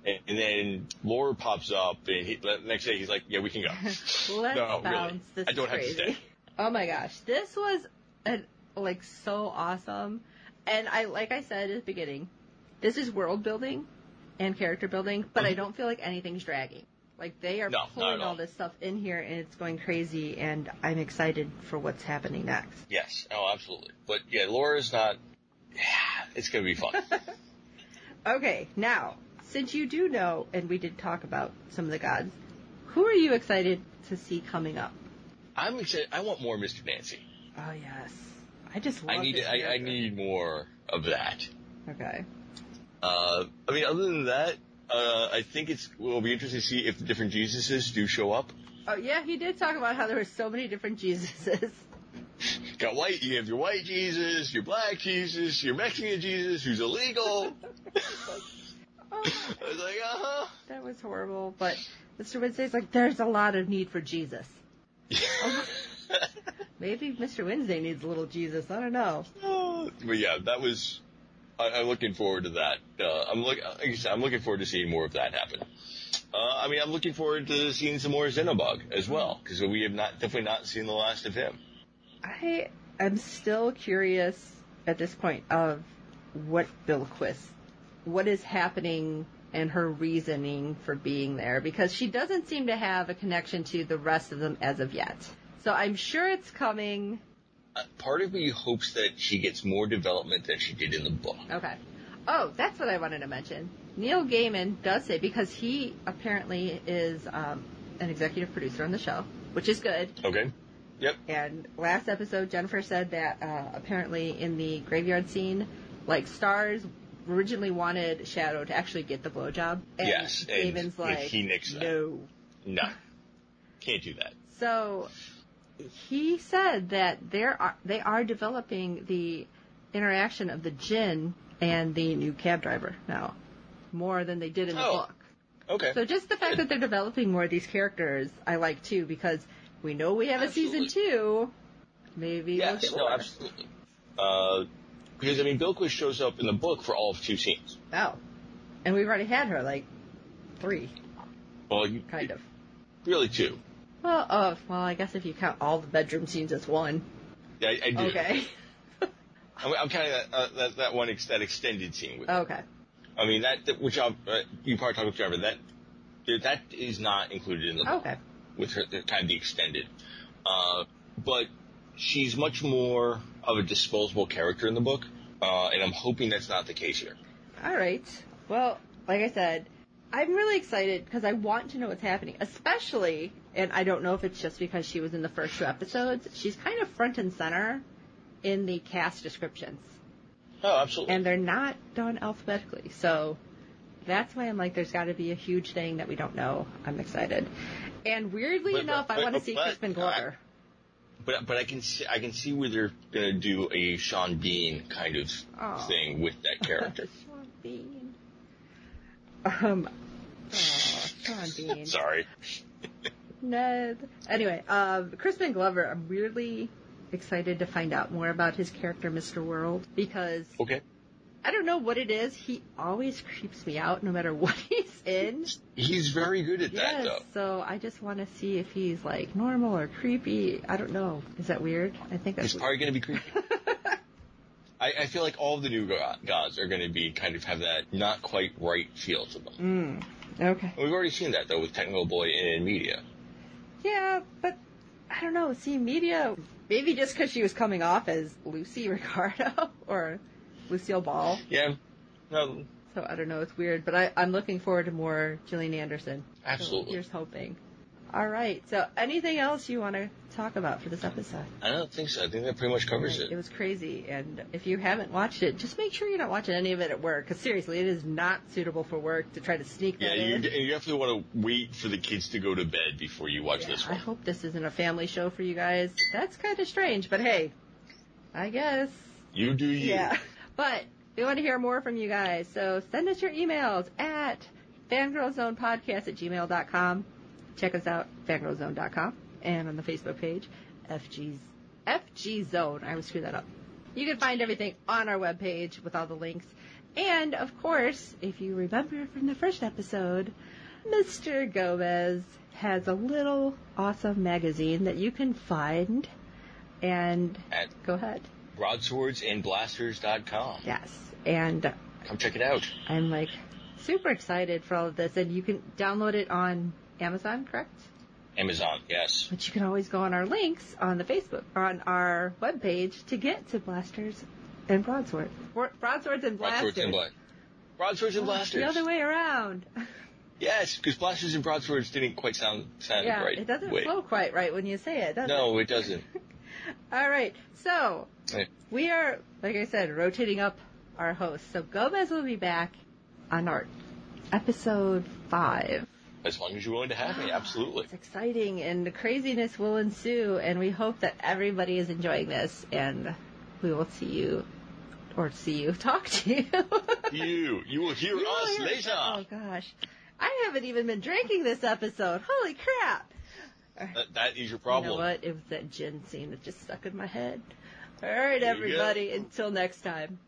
Speaker 3: and, and then Laura pops up, and he, the next day he's like, yeah, we can go.
Speaker 2: *laughs* *laughs* Let's
Speaker 3: *laughs* no,
Speaker 2: bounce.
Speaker 3: really,
Speaker 2: This
Speaker 3: I don't
Speaker 2: is
Speaker 3: have
Speaker 2: crazy.
Speaker 3: to stay.
Speaker 2: Oh my gosh, this was an, like so awesome, and I like I said at the beginning, this is world building and character building, but I don't feel like anything's dragging. Like they are
Speaker 3: Mm-hmm. No, not
Speaker 2: pulling
Speaker 3: at
Speaker 2: all
Speaker 3: all.
Speaker 2: this stuff in here, and it's going crazy, and I'm excited for what's happening next.
Speaker 3: Yes, oh, absolutely. But yeah, Laura's not. *sighs* Yeah, it's
Speaker 2: *laughs*
Speaker 3: gonna be fun.
Speaker 2: Okay, now, since you do know, and we did talk about some of the gods, who are you excited to see coming up?
Speaker 3: I'm excited. I want more Mr. Nancy.
Speaker 2: Oh, yes. I just love
Speaker 3: I need.
Speaker 2: this
Speaker 3: I, I
Speaker 2: character.
Speaker 3: need more of that.
Speaker 2: Okay.
Speaker 3: Uh, I mean, other than that, uh, I think it's will be interesting to see if the different Jesuses do show up.
Speaker 2: Oh, yeah, he did talk about how there were so many different *laughs* Jesuses.
Speaker 3: Got white. You have your white Jesus, your black Jesus, your Mexican Jesus, who's illegal.
Speaker 2: oh,
Speaker 3: I was like, uh huh.
Speaker 2: that was horrible, but Mr. Wednesday's like, there's a lot of need for
Speaker 3: *laughs*
Speaker 2: Jesus. Oh, Maybe Mr. Wednesday needs a little Jesus. I don't know.
Speaker 3: but yeah, that was. I, I'm looking forward to that. Uh, I'm look. Like I said, I'm looking forward to seeing more of that happen. Uh, I mean, I'm looking forward to seeing some more Xenobug as well, because we have not definitely not seen the last of him.
Speaker 2: I am still curious at this point of what Bilquis, what is happening and her reasoning for being there because she doesn't seem to have a connection to the rest of them as of yet. So I'm sure it's coming.
Speaker 3: Uh, part of me hopes that she gets more development than she did in the book.
Speaker 2: Okay. Oh, that's what I wanted to mention. Neil Gaiman does say because he apparently is um, an executive producer on the show, which is good.
Speaker 3: Okay. Yep.
Speaker 2: And last episode, Jennifer said that uh, apparently in the graveyard scene, like stars originally wanted Shadow to actually get the blowjob, and
Speaker 3: Yes, and
Speaker 2: Damon's
Speaker 3: he-
Speaker 2: like,
Speaker 3: he nixed that.
Speaker 2: no.
Speaker 3: No. Can't do that.
Speaker 2: So he said that there are they are developing the interaction of the Jin and the new cab driver now more than they did in the
Speaker 3: Oh.
Speaker 2: book.
Speaker 3: Okay.
Speaker 2: So just the fact that they're developing more of these characters, I like too because we know we have a season two. Maybe we'll
Speaker 3: yes.
Speaker 2: get
Speaker 3: No.
Speaker 2: more.
Speaker 3: Absolutely. Uh, because I mean, Bilquis shows up in the book for all of two scenes.
Speaker 2: Oh. And we've already had her, like, three,
Speaker 3: Well, you,
Speaker 2: kind of.
Speaker 3: really two.
Speaker 2: Well, oh, well, I guess if you count all the bedroom scenes as one.
Speaker 3: Yeah, I, I do.
Speaker 2: Okay. *laughs*
Speaker 3: I'm, I'm kind of that, uh, that that one ex- that extended scene with.
Speaker 2: okay.
Speaker 3: I mean that, that which I'll, uh, you probably talked with Trevor that that is not included in the book.
Speaker 2: Okay.
Speaker 3: with her the, kind of the extended. Uh, but she's much more of a disposable character in the book, uh, and I'm hoping that's not the case here.
Speaker 2: All right. Well, like I said, I'm really excited because I want to know what's happening, especially, and I don't know if it's just because she was in the first two episodes, she's kind of front and center in the cast descriptions.
Speaker 3: Oh, absolutely.
Speaker 2: And they're not done alphabetically, so that's why I'm like, there's got to be a huge thing that we don't know. I'm excited. And weirdly
Speaker 3: But-
Speaker 2: enough,
Speaker 3: but-
Speaker 2: I want to
Speaker 3: but-
Speaker 2: see
Speaker 3: but-
Speaker 2: Crispin Glover.
Speaker 3: But but I can see I can see where they're gonna do a Sean Bean kind of
Speaker 2: Oh.
Speaker 3: thing with
Speaker 2: *laughs*
Speaker 3: that character.
Speaker 2: Sean Bean. Um, oh, Sean Bean.
Speaker 3: Sorry.
Speaker 2: Ned. Anyway, um, Crispin Glover, I'm weirdly excited to find out more about his character, Mr. World, because
Speaker 3: Okay.
Speaker 2: I don't know what it is. He always creeps me out no matter *laughs* what he's in.
Speaker 3: He's very good at
Speaker 2: Yes,
Speaker 3: that though.
Speaker 2: so I just want to see if he's like normal or creepy. I don't know. Is that weird? I think that's
Speaker 3: He's probably gonna
Speaker 2: *laughs*
Speaker 3: be creepy. I, I feel like all of the new go- gods are gonna be kind of have that not quite right feel to them.
Speaker 2: Mm. okay.
Speaker 3: And we've already seen that though with Technical Boy and media.
Speaker 2: Yeah, but I don't know. See, media maybe just because she was coming off as Lucy *laughs* Ricardo or Lucille Ball.
Speaker 3: Yeah. No.
Speaker 2: So I don't know. It's weird, but I, I'm looking forward to more Gillian Anderson.
Speaker 3: Absolutely.
Speaker 2: So here's hoping. All right. So anything else you want to talk about for this episode?
Speaker 3: I don't think so. I think that pretty much covers
Speaker 2: Right,
Speaker 3: it.
Speaker 2: It was crazy, and if you haven't watched it, just make sure you're not watching any of it at work. Because seriously, it is not suitable for work to try to sneak
Speaker 3: Yeah,
Speaker 2: that
Speaker 3: you,
Speaker 2: in.
Speaker 3: you definitely want to wait for the kids to go to bed before you watch this
Speaker 2: I
Speaker 3: one.
Speaker 2: hope this isn't a family show for you guys. That's kind of strange, but hey, I guess.
Speaker 3: You do you.
Speaker 2: *laughs* Yeah. But we want to hear more from you guys, so send us your emails at fangirlzonepodcast at gmail.com. Check us out, fangirlzone.com, and on the Facebook page, FG's, FG Zone. I always screw that up. You can find everything on our webpage with all the links. And of course, if you remember from the first episode, Mr. Gomez has a little awesome magazine that you can find. And
Speaker 3: At
Speaker 2: go ahead.
Speaker 3: broadswordsandblasters.com.
Speaker 2: Yes. And
Speaker 3: Come check it out.
Speaker 2: I'm like super excited for all of this. And you can download it on Amazon, correct?
Speaker 3: Amazon, yes.
Speaker 2: But you can always go on our links on the Facebook, on our webpage to get to Blasters and Broadsword. Bro- Broadswords and Blasters. Oh,
Speaker 3: Broadswords and Blasters. Broadswords and Blasters.
Speaker 2: The other way around.
Speaker 3: Yes, because blasters and broadswords didn't quite sound sound
Speaker 2: yeah,
Speaker 3: right.
Speaker 2: it doesn't
Speaker 3: Wait.
Speaker 2: flow quite right when you say it, does it?
Speaker 3: No, it doesn't. *laughs*
Speaker 2: All right. So
Speaker 3: Right.
Speaker 2: we are, like I said, rotating up our hosts. So Gomez will be back on our episode five.
Speaker 3: As long as you're willing to have
Speaker 2: Oh.
Speaker 3: me, absolutely.
Speaker 2: It's exciting and the craziness will ensue and we hope that everybody is enjoying this and we will see you or see you *laughs* talk to you.
Speaker 3: You, you will hear
Speaker 2: You
Speaker 3: us
Speaker 2: will hear-
Speaker 3: later.
Speaker 2: Oh gosh. I haven't even been drinking this episode. Holy crap.
Speaker 3: That, that is your
Speaker 2: You
Speaker 3: problem.
Speaker 2: know what? It was that gin scene that just stuck in my head. All right,
Speaker 3: There you go.
Speaker 2: everybody. Until next time.